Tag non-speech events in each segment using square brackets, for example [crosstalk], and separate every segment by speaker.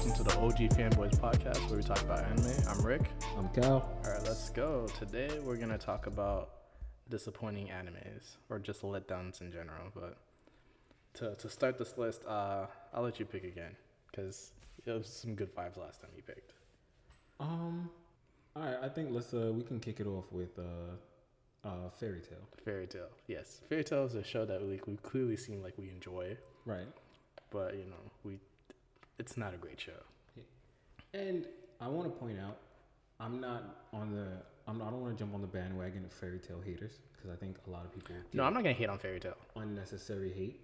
Speaker 1: OG Fanboys podcast where we talk about anime. I'm Rick.
Speaker 2: I'm Cal.
Speaker 1: All right, let's go. Today we're going to talk about disappointing animes or just letdowns in general. But to, to start this list, uh, I'll let you pick again because it was some good vibes last time you picked.
Speaker 2: Um, all right. I think let's uh we can kick it off with uh, uh fairy tale.
Speaker 1: Fairy Tale. Yes. Fairy Tale is a show that we, we clearly seem like we enjoy,
Speaker 2: Right.
Speaker 1: but you know, we it's not a great show.
Speaker 2: And I want to point out, I'm not on the. I'm not, I don't want to jump on the bandwagon of fairy tale haters because I think a lot of people
Speaker 1: No, I'm not going to hate on Fairy Tale.
Speaker 2: unnecessary hate.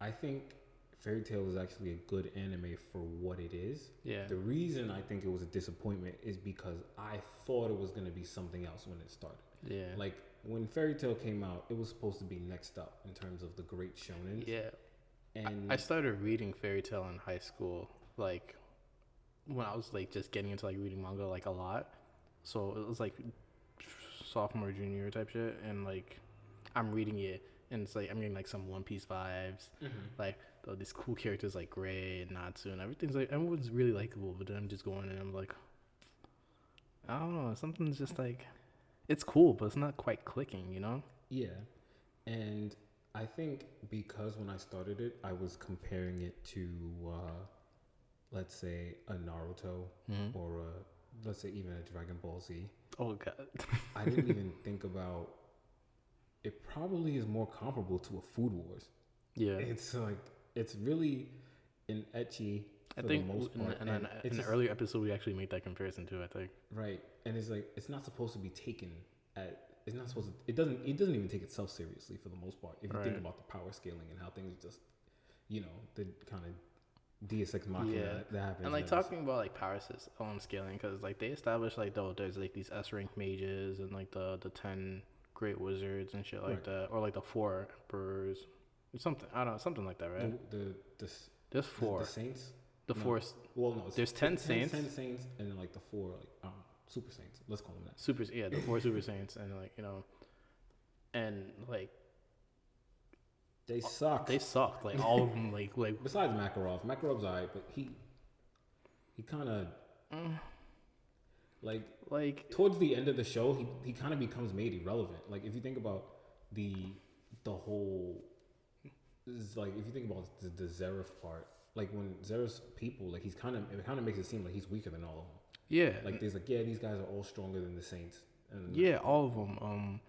Speaker 2: I think fairy tale is actually a good anime for what it is.
Speaker 1: Yeah.
Speaker 2: The reason I think it was a disappointment is because I thought it was gonna be something else when it started.
Speaker 1: Yeah.
Speaker 2: Like when Fairy Tale came out, it was supposed to be next up in terms of the great shonen.
Speaker 1: yeah.
Speaker 2: And
Speaker 1: I started reading fairy tale in high school, like when I was like just getting into like reading manga like a lot. So it was like sophomore, junior year type shit, and like I'm reading it, and it's like I'm getting like some One Piece vibes, like though these cool characters like Gray and Natsu and everything's like everyone's really likable, but then I'm just going and I'm like, I don't know, something's just like it's cool, but it's not quite clicking, you know?
Speaker 2: yeah, and I think because when I started it, I was comparing it to, uh, let's say, a Naruto
Speaker 1: Mm-hmm.
Speaker 2: or a, let's say even a Dragon Ball Z.
Speaker 1: Oh god, [laughs]
Speaker 2: I didn't even think about. It probably is more comparable to a Food Wars.
Speaker 1: yeah.
Speaker 2: It's like it's really an etchy.
Speaker 1: I
Speaker 2: For
Speaker 1: think
Speaker 2: the
Speaker 1: w-
Speaker 2: most
Speaker 1: in,
Speaker 2: part,
Speaker 1: in, an,
Speaker 2: and
Speaker 1: in
Speaker 2: it's
Speaker 1: an
Speaker 2: just-
Speaker 1: earlier episode we actually made that comparison too. I think.
Speaker 2: Right, and it's like it's not supposed to be taken at. It's not supposed to. It doesn't. It doesn't even take itself seriously for the most part. If you
Speaker 1: Right.
Speaker 2: think about the power scaling and how things just, you know, the kind of Deus Ex Machina
Speaker 1: Yeah.
Speaker 2: that, that happens.
Speaker 1: And like
Speaker 2: in that episode.
Speaker 1: talking about like power sys- um, scaling because like they established like though there's like these S rank mages and like the the ten great wizards and shit like
Speaker 2: Right.
Speaker 1: that or like the four emperors or something I don't know something like that right?
Speaker 2: the the, the, s-
Speaker 1: There's
Speaker 2: the-
Speaker 1: four.
Speaker 2: the saints.
Speaker 1: The,
Speaker 2: no.
Speaker 1: force
Speaker 2: Well, no, it's
Speaker 1: There's
Speaker 2: the
Speaker 1: 10 saints.
Speaker 2: Ten saints, and then like the four like um, super saints. Let's call them that.
Speaker 1: super yeah the four super saints and like you know and like
Speaker 2: They suck.
Speaker 1: they sucked like all of them like like
Speaker 2: Besides Makarov, Makarov's alright, but he he kind of
Speaker 1: Mm.
Speaker 2: like
Speaker 1: like
Speaker 2: towards the end of the show, he, he kind of becomes made irrelevant. Like if you think about the the whole, is, like if you think about the, the Zeref part, like when Zeref's people, like he's kind of it kind of makes it seem like he's weaker than all of
Speaker 1: yeah
Speaker 2: them. Like there's like yeah, these guys are all stronger than the Saints. And
Speaker 1: Yeah, all of them. Um,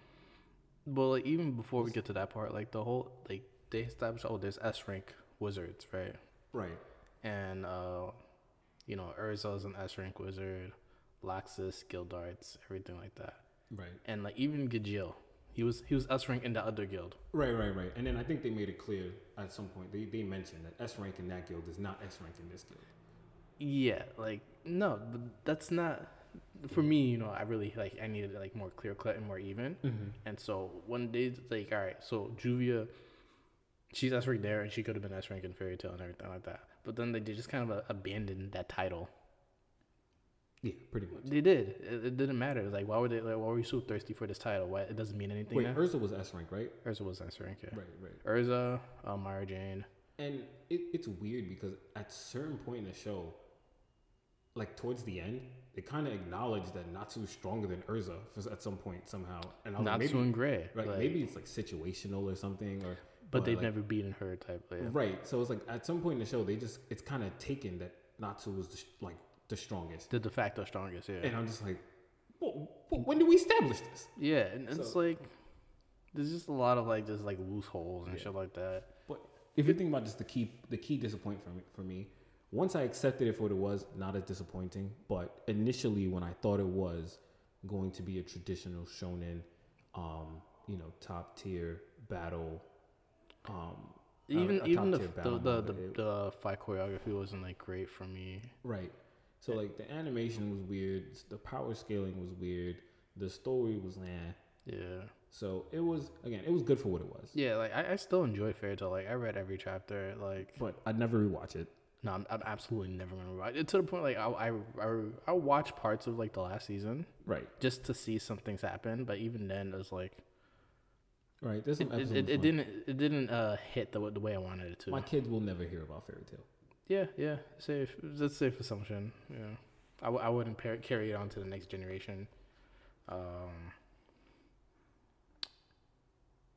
Speaker 1: well, like, even before we get to that part, like the whole like they established oh there's S rank wizards right,
Speaker 2: right,
Speaker 1: and uh, you know Urza's an S rank wizard, Laxus, Guildarts, everything like that,
Speaker 2: right,
Speaker 1: and like even Gajil, he was he was S rank in the other guild.
Speaker 2: right, right, right. And then I think they made it clear at some point they they mentioned that S rank in that guild is not S rank in this guild.
Speaker 1: Yeah, like no, but that's not for me. You know, I really like I needed like more clear cut and more even.
Speaker 2: Mm-hmm.
Speaker 1: And so one day, like, all right, so Juvia, she's S rank there, and she could have been S rank in Fairy Tale and everything like that. But then they just kind of uh, abandoned that title.
Speaker 2: Yeah, pretty much.
Speaker 1: They did. It, it didn't matter. Like, why were they? Like, why were you so thirsty for this title? Why it doesn't mean anything?
Speaker 2: Wait,
Speaker 1: now?
Speaker 2: Urza was S rank, right?
Speaker 1: Urza was S rank. Yeah.
Speaker 2: Right, right.
Speaker 1: Urza, uh, Mara Jane.
Speaker 2: And it, it's weird because at certain point in the show, like towards the end, they kind of acknowledge that Natsu's stronger than Urza for, at some point somehow. And I was like,
Speaker 1: Natsu
Speaker 2: maybe,
Speaker 1: and Gray.
Speaker 2: right,
Speaker 1: like,
Speaker 2: maybe it's like situational or something, or
Speaker 1: but
Speaker 2: or,
Speaker 1: they've
Speaker 2: like-
Speaker 1: never beaten her type. Yeah.
Speaker 2: right. So it's like at some point in the show, they just it's kind of taken that Natsu was the, sh- like the strongest,
Speaker 1: The de facto strongest. Yeah.
Speaker 2: and I'm just like, well, when did we establish this?
Speaker 1: Yeah, and it's like there's just a lot of like just like loose holes and shit like that.
Speaker 2: But if you think about just the key, the key disappointment for me, for me, once I accepted it for what it was, not as disappointing. But initially, when I thought it was going to be a traditional shonen, um, you know, top tier battle, um, a-
Speaker 1: Even
Speaker 2: a
Speaker 1: even the
Speaker 2: top-tier
Speaker 1: the
Speaker 2: battle
Speaker 1: the,
Speaker 2: manga,
Speaker 1: the,
Speaker 2: it-
Speaker 1: the fight choreography wasn't like great for me.
Speaker 2: right. So like the animation was weird, s- the power scaling was weird, the story was nah.
Speaker 1: Yeah,
Speaker 2: So it was again, it was good for what it was.
Speaker 1: yeah. Like I, I still enjoy Fairy Tail. Like I read every chapter. Like
Speaker 2: But I'd never rewatch it.
Speaker 1: no, I'm, I'm absolutely never gonna watch it to the point like I I I I watch parts of like the last season
Speaker 2: Right,
Speaker 1: just to see some things happen. But even then, it was like
Speaker 2: right. There's some
Speaker 1: it,
Speaker 2: episodes.
Speaker 1: it, it
Speaker 2: where
Speaker 1: didn't it didn't uh hit the the way I wanted it to.
Speaker 2: My kids will never hear about fairy tale.
Speaker 1: Yeah, yeah, safe. That's a safe assumption. Yeah, I, w- I wouldn't par- carry it on to the next generation. Um,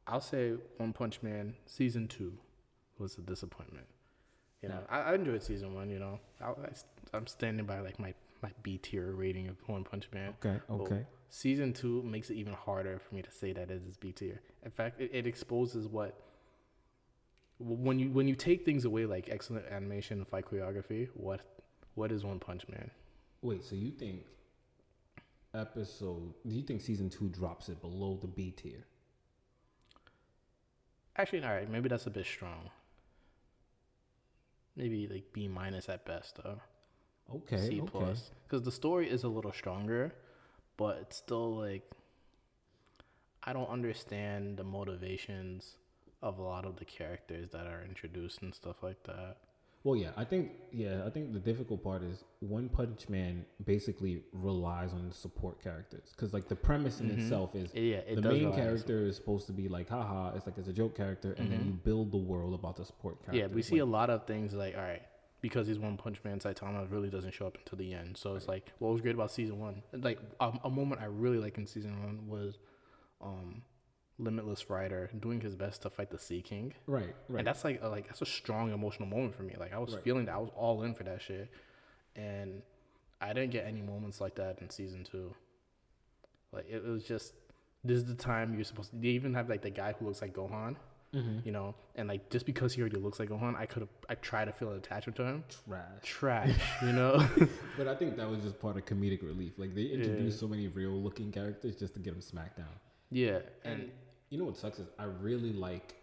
Speaker 1: I'll say One Punch Man season two was a disappointment. You know, I, I enjoyed season one. You know, I, I, am standing by like my my B tier rating of One Punch Man.
Speaker 2: Okay,
Speaker 1: Well,
Speaker 2: okay.
Speaker 1: Season two makes it even harder for me to say that it is B tier. In fact, it, it exposes what w- when you when you take things away like excellent animation and fight choreography. What what is One Punch Man?
Speaker 2: Wait, so you think episode? Do you think season two drops it below the B tier?
Speaker 1: Actually, all right, maybe that's a bit strong. Maybe like B minus at best though.
Speaker 2: Okay,
Speaker 1: C
Speaker 2: Eh, okay.
Speaker 1: plus because the story is a little stronger, but it's still like I don't understand the motivations of a lot of the characters that are introduced and stuff like that.
Speaker 2: Well, yeah, I think yeah, I think the difficult part is One Punch Man basically relies on the support characters because like the premise in itself is
Speaker 1: Yeah, Mm-hmm. it
Speaker 2: the
Speaker 1: does
Speaker 2: main
Speaker 1: rely on
Speaker 2: character is supposed to be like haha, it's like it's a joke character, and then you build the world about the support character.
Speaker 1: Mm-hmm. Yeah, we see a lot of things like all right because he's One Punch Man. Saitama really doesn't show up until the end, so it's like what was great about season one. Like a, a moment I really like in season one was, um, Limitless Rider doing his best to fight the Sea King.
Speaker 2: right, right.
Speaker 1: And that's like a, like that's a strong emotional moment for me. Like I was feeling that I was all in for that shit, and I didn't get any moments like that in season two. Like it, was just this is the time you're supposed to. They even have like the guy who looks like Gohan, you know, and like just because he already looks like Gohan, I could have I tried to feel an attachment to him.
Speaker 2: Trash.
Speaker 1: Trash, [laughs] you know.
Speaker 2: But I think that was just part of comedic relief. Like they introduced so many real looking characters just to get them smacked down.
Speaker 1: yeah, and
Speaker 2: And you know what sucks is I really like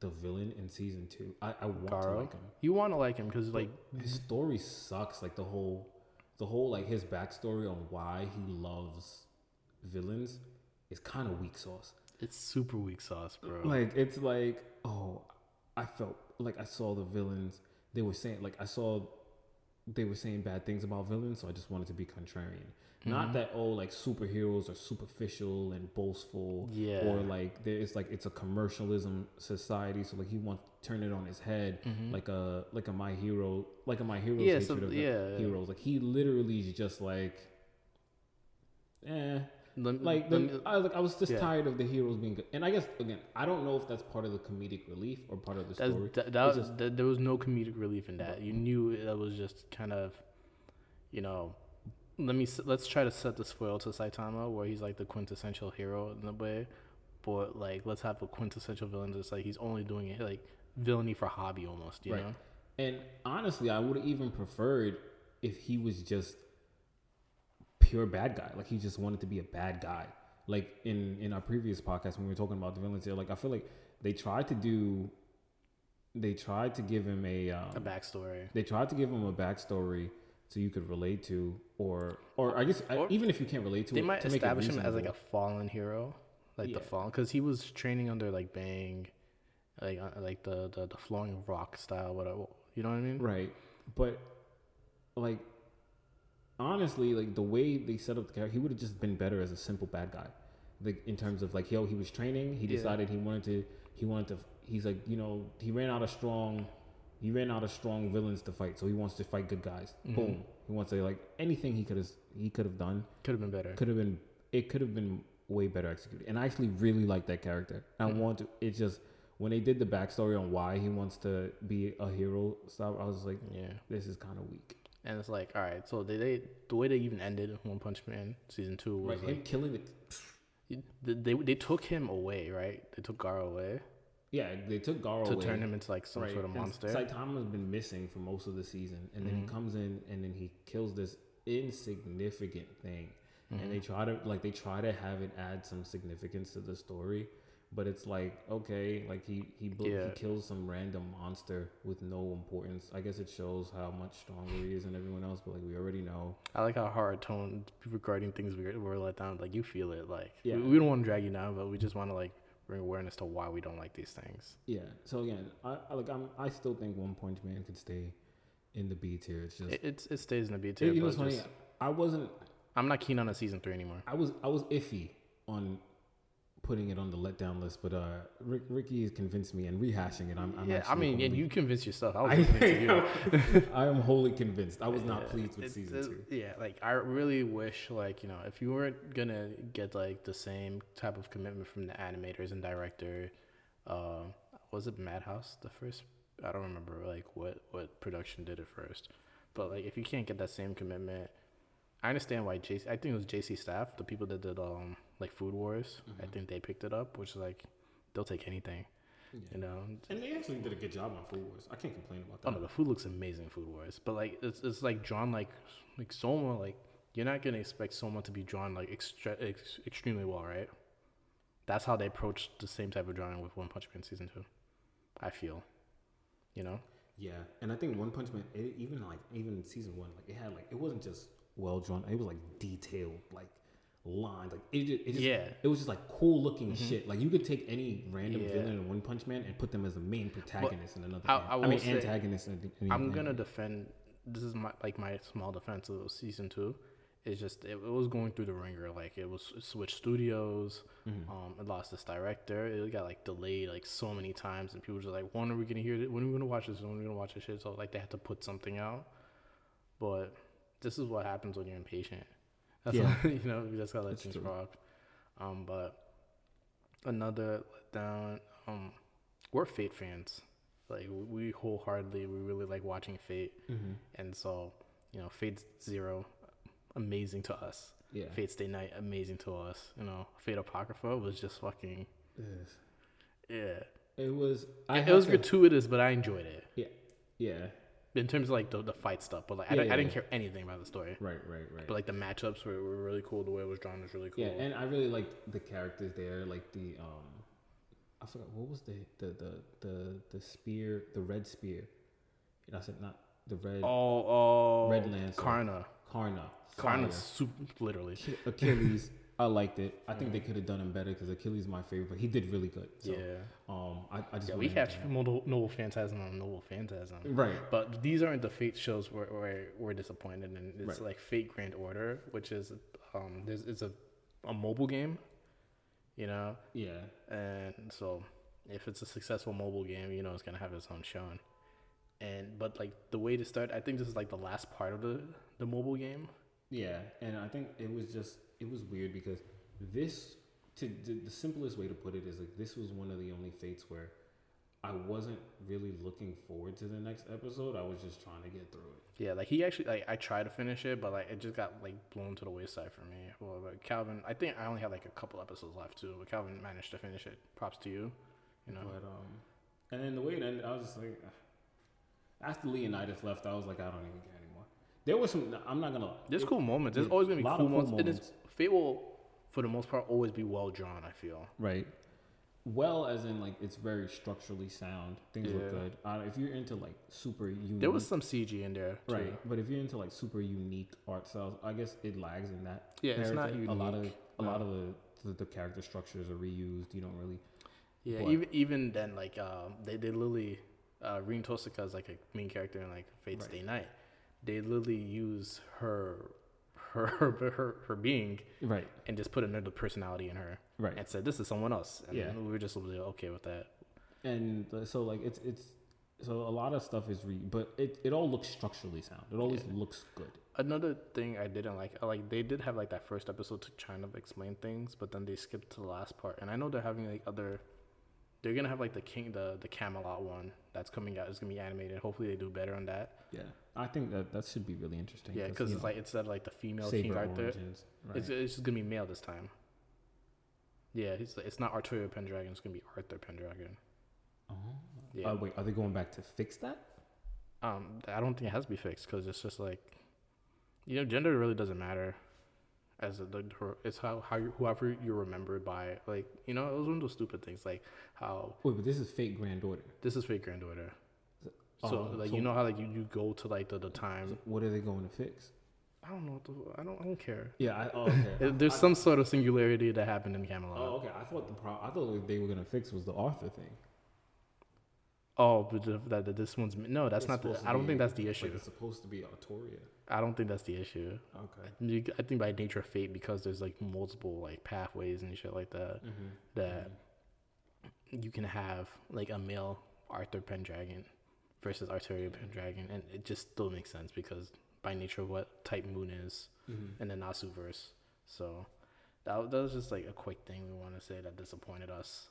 Speaker 2: the villain in season two. I, I want to
Speaker 1: Garo, Mm-hmm.
Speaker 2: like him.
Speaker 1: you want to like him because like
Speaker 2: His story sucks. Like the whole, the whole like his backstory on why he loves villains is kind of weak sauce.
Speaker 1: it's super weak sauce, bro.
Speaker 2: Like it's like oh, I felt like I saw the villains. They were saying like I saw they were saying bad things about villains, so I just wanted to be contrarian. Not
Speaker 1: Mm-hmm.
Speaker 2: that oh like superheroes are superficial and boastful,
Speaker 1: Yeah.
Speaker 2: or like there it's like it's a commercialism society, so like he wants to turn it on his head, like a like a my hero, like a my hero
Speaker 1: Mm-hmm. Yeah,
Speaker 2: hatred
Speaker 1: so-
Speaker 2: of
Speaker 1: yeah.
Speaker 2: heroes. Like he literally is just like, eh,
Speaker 1: Lem-
Speaker 2: like
Speaker 1: lem-
Speaker 2: the, I, like I was just
Speaker 1: yeah.
Speaker 2: tired of the heroes being good. And I guess again, I don't know if that's part of the comedic relief or part of the
Speaker 1: That's,
Speaker 2: story.
Speaker 1: that, that was that, there was no comedic relief in that. You knew that was just kind of, you know, let me s- let's try to set the foil to Saitama, where he's like the quintessential hero in a way, but like let's have a quintessential villain that's like he's only doing it like villainy for hobby almost. You
Speaker 2: Right.
Speaker 1: know,
Speaker 2: And honestly, I would have even preferred if he was just pure bad guy. Like he just wanted to be a bad guy. Like in in our previous podcast when we were talking about the villains here, like I feel like they tried to do they tried to give him a
Speaker 1: a
Speaker 2: um,
Speaker 1: backstory.
Speaker 2: they tried to give him a backstory so you could relate to or or I guess I-
Speaker 1: Or-
Speaker 2: even if you can't relate to
Speaker 1: They
Speaker 2: it,
Speaker 1: might
Speaker 2: to make it
Speaker 1: establish him as like
Speaker 2: reasonable.
Speaker 1: a fallen hero, like the
Speaker 2: Yeah.
Speaker 1: fallen, because he was training under like Bang, like uh, like the the, the flowing rock style, whatever. You know what I mean?
Speaker 2: Right. But like honestly, like the way they set up the character, he would have just been better as a simple bad guy. Like in terms of like yo, he was training, he decided he wanted to he wanted to he's like, you know, he ran out of strong he ran out of strong villains to fight, so he wants to fight good guys. Boom. He wants to like anything he could have he could have done
Speaker 1: Could have been better.
Speaker 2: could have been it could have been way better executed. And I actually really like that character. I
Speaker 1: Mm-hmm.
Speaker 2: want to it's just when they did the backstory on why he wants to be a hero stuff, I was like,
Speaker 1: Yeah.
Speaker 2: this is kind of weak.
Speaker 1: And it's like, all right, so they, they the way they even ended One Punch Man season two was
Speaker 2: Right, him killing the
Speaker 1: like they, they they took him away, right? They took Garo away
Speaker 2: yeah, they took Garo
Speaker 1: to
Speaker 2: away.
Speaker 1: turn him into like some
Speaker 2: right,
Speaker 1: sort of
Speaker 2: and
Speaker 1: monster. Mm-hmm.
Speaker 2: Saitama's been missing for most of the season, and then he comes in and then he kills this insignificant thing. And they
Speaker 1: Mm-hmm.
Speaker 2: try to like they try to have it add some significance to the story, but it's like okay, like he he bl-
Speaker 1: Yeah.
Speaker 2: he kills some random monster with no importance. I guess it shows how much stronger he is than everyone else, but like we already know.
Speaker 1: I like how hard tone regarding things we were let down. Like you feel it, like
Speaker 2: Yeah.
Speaker 1: we, we don't want to drag you down, but we just want to like bring awareness to why we don't like these things.
Speaker 2: Yeah. So again, I, I like I'm I still think One Punch Man could stay in the B tier. It's just
Speaker 1: It it's, it stays in the B tier.
Speaker 2: you know
Speaker 1: but
Speaker 2: what's funny?
Speaker 1: just-
Speaker 2: I wasn't
Speaker 1: I'm not keen on a season three anymore.
Speaker 2: I was I was iffy on putting it on the letdown list, but uh, Rick, Ricky has convinced me and rehashing it. I'm, I'm
Speaker 1: yeah, I
Speaker 2: actually
Speaker 1: mean, and
Speaker 2: [laughs] wholly-
Speaker 1: you convinced [laughs] yourself. I was listening to you.
Speaker 2: I, I am wholly convinced. I was not pleased with
Speaker 1: It-
Speaker 2: season
Speaker 1: it-
Speaker 2: two.
Speaker 1: Yeah, like I really wish, like you know, if you weren't gonna get like the same type of commitment from the animators and director, um, was it Madhouse the first? I don't remember like what what production did it first, but like if you can't get that same commitment, I understand why JC. I think it was JC Staff, the people that did um like Food Wars.
Speaker 2: Mm-hmm.
Speaker 1: I think they picked it up, which is like they'll take anything, you know.
Speaker 2: And they actually did a good job on Food Wars. I can't complain about
Speaker 1: Oh
Speaker 2: that.
Speaker 1: no, the food looks amazing, Food Wars. But like, it's, it's like drawn like like Soma. Like you're not gonna expect Soma to be drawn like extra, ex, extremely well, right? That's how they approached the same type of drawing with One Punch Man season two. I feel, you know.
Speaker 2: Yeah, and I think One Punch Man, it, even like even in season one, like it had like it wasn't just well drawn. It was like detailed, like lines, like it. Just, it just,
Speaker 1: Yeah.
Speaker 2: it was just like cool looking shit. Like you could take any random
Speaker 1: Mm-hmm. Yeah.
Speaker 2: villain in One Punch Man and put them as the main protagonist in another.
Speaker 1: I-
Speaker 2: anime.
Speaker 1: I will
Speaker 2: mean
Speaker 1: say-
Speaker 2: antagonist. In, in
Speaker 1: I'm
Speaker 2: another
Speaker 1: gonna
Speaker 2: anime.
Speaker 1: defend. This is my like my small defense of season two. It's just it, it was going through the ringer. Like it was it switched studios. Um, it lost its director. It got like delayed like so many times, and people were just like, "When are we gonna hear it? When are we gonna watch this? When are we gonna watch this shit?" So like they had to put something out. But this is what happens when you're impatient. [laughs] That's
Speaker 2: Yeah.
Speaker 1: all, you know, you just gotta let
Speaker 2: That's
Speaker 1: things
Speaker 2: true.
Speaker 1: rock. Um, but another letdown. Um, we're Fate fans. Like we wholeheartedly, we really like watching Fate,
Speaker 2: Mm-hmm.
Speaker 1: and so you know, Fate Zero, amazing to us.
Speaker 2: Yeah.
Speaker 1: Fate Stay Night, amazing to us. You know, Fate Apocrypha was just fucking
Speaker 2: Ugh.
Speaker 1: yeah.
Speaker 2: It was. I
Speaker 1: It was
Speaker 2: to,
Speaker 1: gratuitous, but I enjoyed it
Speaker 2: Yeah, yeah.
Speaker 1: in terms of like the, the fight stuff. But like, I,
Speaker 2: Yeah,
Speaker 1: di- I
Speaker 2: yeah,
Speaker 1: didn't
Speaker 2: yeah.
Speaker 1: care anything about the story.
Speaker 2: Right, right, right.
Speaker 1: But like the matchups were, were really cool. The way it was drawn was really cool.
Speaker 2: Yeah, and I really liked the characters there, like the um, I forgot what was the the the the, the spear, the red spear. And I said not the red
Speaker 1: oh, oh,
Speaker 2: Red Lancer.
Speaker 1: Karna,
Speaker 2: Karna.
Speaker 1: Karna,
Speaker 2: Fire.
Speaker 1: sup- literally.
Speaker 2: Ki-
Speaker 1: [laughs]
Speaker 2: Achilles. I liked it. I think they could have done him better because Achilles is my favorite, but he did really good. So,
Speaker 1: Mm-hmm. [laughs] Yeah.
Speaker 2: Um, I, I just
Speaker 1: We
Speaker 2: wanted him
Speaker 1: have
Speaker 2: to-
Speaker 1: noble, noble phantasm on noble phantasm.
Speaker 2: right.
Speaker 1: But these aren't the Fate shows where, where we're disappointed in. It's like Fate Grand Order, which is um, there's it's a, a mobile game, you know,
Speaker 2: Yeah.
Speaker 1: and so if it's a successful mobile game, you know, it's gonna have its own showing. And but like the way to start, I think this is like the last part of the the mobile game.
Speaker 2: Yeah, and I think it was just it was weird because this to the, the simplest way to put it is like this was one of the only fates where I wasn't really looking forward to the next episode. I was just trying to get through it.
Speaker 1: Yeah, like he actually like I tried to finish it, but like it just got like blown to the wayside for me. Well, but Calvin, I think I only had like a couple episodes left too, but Calvin managed to finish it. Props to you. You know,
Speaker 2: But um, and then the way it ended, I was just like, ah. after Leonidas left, I was like, I don't even care anymore. There was some. I'm not gonna lie.
Speaker 1: There's
Speaker 2: It-
Speaker 1: cool moments. There's
Speaker 2: yeah,
Speaker 1: always gonna be
Speaker 2: lot
Speaker 1: cool,
Speaker 2: of cool
Speaker 1: moments. And it's, Fate will, for the most part, always be well drawn. I feel.
Speaker 2: Right. Well, as in like it's very structurally sound. Things
Speaker 1: Yeah.
Speaker 2: look good. Uh, if you're into like super unique,
Speaker 1: There was some CG in there, too.
Speaker 2: Mm-hmm. Right, but if you're into like super unique art styles, I guess it lags in that.
Speaker 1: Yeah, it's not
Speaker 2: comparison. A lot of
Speaker 1: unique,
Speaker 2: a lot of the, the the character structures are reused. You don't really.
Speaker 1: Yeah,
Speaker 2: But-
Speaker 1: even even then, like um, they they literally, uh, Rin Tosaka is like a main character in like Fate Stay Night. They literally use her, [laughs] her her her, her being
Speaker 2: Right.
Speaker 1: and just put another personality in her.
Speaker 2: Right.
Speaker 1: And said, "This is someone else." And
Speaker 2: Yeah.
Speaker 1: we were just really okay with that.
Speaker 2: And uh, so like it's it's so a lot of stuff is re, but it it all looks structurally sound. It always looks good.
Speaker 1: Another thing I didn't like, I like they did have like that first episode to kind of explain things, but then they skipped to the last part. And I know they're having like other, they're gonna have like the King, the the Camelot one that's coming out. It's gonna be animated. Hopefully they do better on that.
Speaker 2: Yeah. I think that that should be really interesting.
Speaker 1: Yeah, because
Speaker 2: you
Speaker 1: it's
Speaker 2: know,
Speaker 1: like instead of like the female
Speaker 2: Saber
Speaker 1: King Arthur,
Speaker 2: origins, Right.
Speaker 1: it's it's just gonna be male this time. Yeah, it's it's not Arturo Pendragon. It's gonna be Arthur Pendragon.
Speaker 2: oh.
Speaker 1: Yeah.
Speaker 2: Uh, wait, are they going back to fix that?
Speaker 1: Um, I don't think it has to be fixed because it's just like, you know, gender really doesn't matter. As a, the- her- it's how how you, whoever you're remembered by, like you know, it was one of those stupid things, like how
Speaker 2: Wait, but this is fake granddaughter.
Speaker 1: this is for your granddaughter. So
Speaker 2: Oh,
Speaker 1: like
Speaker 2: so-
Speaker 1: you know how like you, you go to like the, the time.
Speaker 2: What are they going to fix?
Speaker 1: I don't know. What the, I don't. I don't care.
Speaker 2: Yeah. I, oh,
Speaker 1: [laughs]
Speaker 2: okay.
Speaker 1: There- There's some sort of singularity that happened in Camelot.
Speaker 2: Oh, okay. I thought the pro- I thought what they were gonna fix was the Arthur thing.
Speaker 1: Oh, but the, that, that this one's no. That's not the.
Speaker 2: supposed to
Speaker 1: I don't
Speaker 2: be-
Speaker 1: think that's the
Speaker 2: like,
Speaker 1: issue.
Speaker 2: it's supposed to be Autoria.
Speaker 1: I don't think that's the issue.
Speaker 2: Okay.
Speaker 1: You- I think by nature of fate, because there's like multiple like pathways and shit like that,
Speaker 2: Mm-hmm.
Speaker 1: that you can have like a male Arthur Pendragon versus Arteria Pendragon, and it just still makes sense because by nature of what type Moon is in the Nasu verse. So that, wa- that was just like a quick thing we want to say that disappointed us.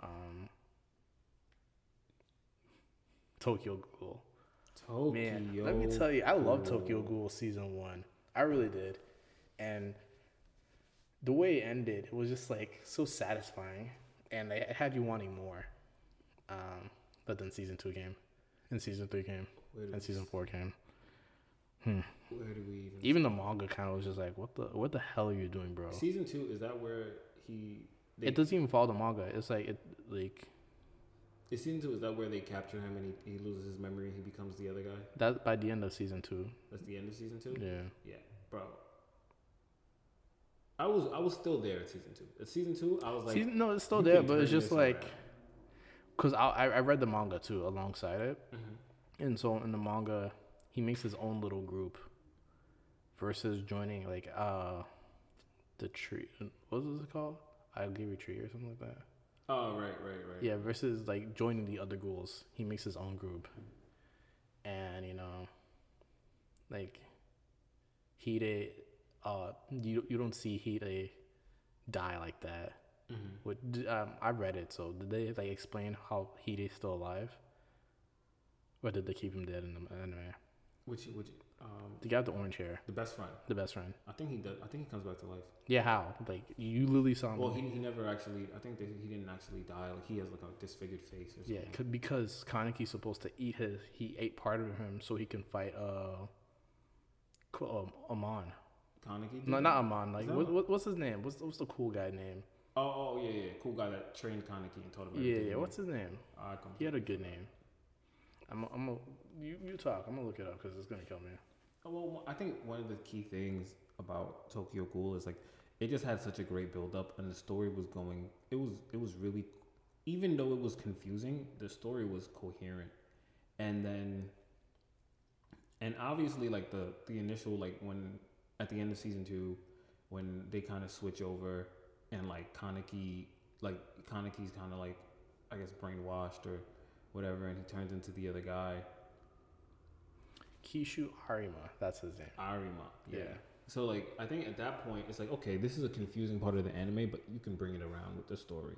Speaker 1: Um, Tokyo Ghoul.
Speaker 2: Mm-hmm. Tokyo.
Speaker 1: Man, let me tell you, I love Tokyo Ghoul season one. I really did, and the way it ended, it was just like so satisfying, and it had you wanting more. Um, but then season two came, and season three came,
Speaker 2: Where do,
Speaker 1: and season four came.
Speaker 2: we, where do we even?
Speaker 1: Even the manga kind of was just like, what the what the hell are you doing, bro?
Speaker 2: Season two is that where he? They,
Speaker 1: It doesn't even follow the manga. It's like it like
Speaker 2: is season two is that where they capture him and he, he loses his memory and he becomes the other guy?
Speaker 1: that by the end of season two.
Speaker 2: That's the end of season two.
Speaker 1: Yeah,
Speaker 2: Yeah, bro. I was I was still there at season two. At season two, I was like,
Speaker 1: season, no, it's still
Speaker 2: you
Speaker 1: there,
Speaker 2: can
Speaker 1: but it's
Speaker 2: turn
Speaker 1: just
Speaker 2: this
Speaker 1: like.
Speaker 2: around.
Speaker 1: because I, I I read the manga too alongside it,
Speaker 2: Mm-hmm.
Speaker 1: and so in the manga he makes his own little group versus joining like uh the tree what was it called Aogiri tree or something like that
Speaker 2: oh right, right, right.
Speaker 1: yeah versus like joining the other ghouls he makes his own group and you know like Hide uh you you don't see Hide die like that
Speaker 2: Mm-hmm.
Speaker 1: What d um, I read it, so did they like explain how Hide's still alive, or did they keep him dead in the anime?
Speaker 2: Which which um
Speaker 1: The guy with the orange hair,
Speaker 2: the best friend.
Speaker 1: the best friend.
Speaker 2: I think he does. I think he comes back to life.
Speaker 1: Yeah, how? Like you literally saw him.
Speaker 2: Well, he, he never actually. I think that he didn't actually die. Like he has like a disfigured face. Or something.
Speaker 1: yeah, c- because Kaneki's supposed to eat his. He ate part of him so he can fight. Uh, Qu- um, Amon.
Speaker 2: Kaneki.
Speaker 1: No,
Speaker 2: did?
Speaker 1: not Amon. Like
Speaker 2: that
Speaker 1: what, what, what's his name? What's what's the cool guy name?
Speaker 2: Oh, oh yeah, yeah. Cool guy that trained Kaneki and taught him.
Speaker 1: Yeah,
Speaker 2: everything.
Speaker 1: yeah. What's his name?
Speaker 2: I come.
Speaker 1: He had a good name. I'm. A, I'm. A, you you talk. I'm gonna look it up because it's gonna kill me.
Speaker 2: Oh, Well, I think one of the key things about Tokyo Ghoul is like it just had such a great build up, and the story was going. It was it was really, even though it was confusing, the story was coherent, and then, and obviously like the the initial like when at the end of season two, when they kind of switch over, and like Kaneki like Kaneki's kind of like I guess brainwashed or whatever, and he turns into the other guy.
Speaker 1: Kishu Arima. That's his name.
Speaker 2: Arima. Yeah.
Speaker 1: Yeah.
Speaker 2: So like I think at that point it's like okay this is a confusing part of the anime but you can bring it around with the story,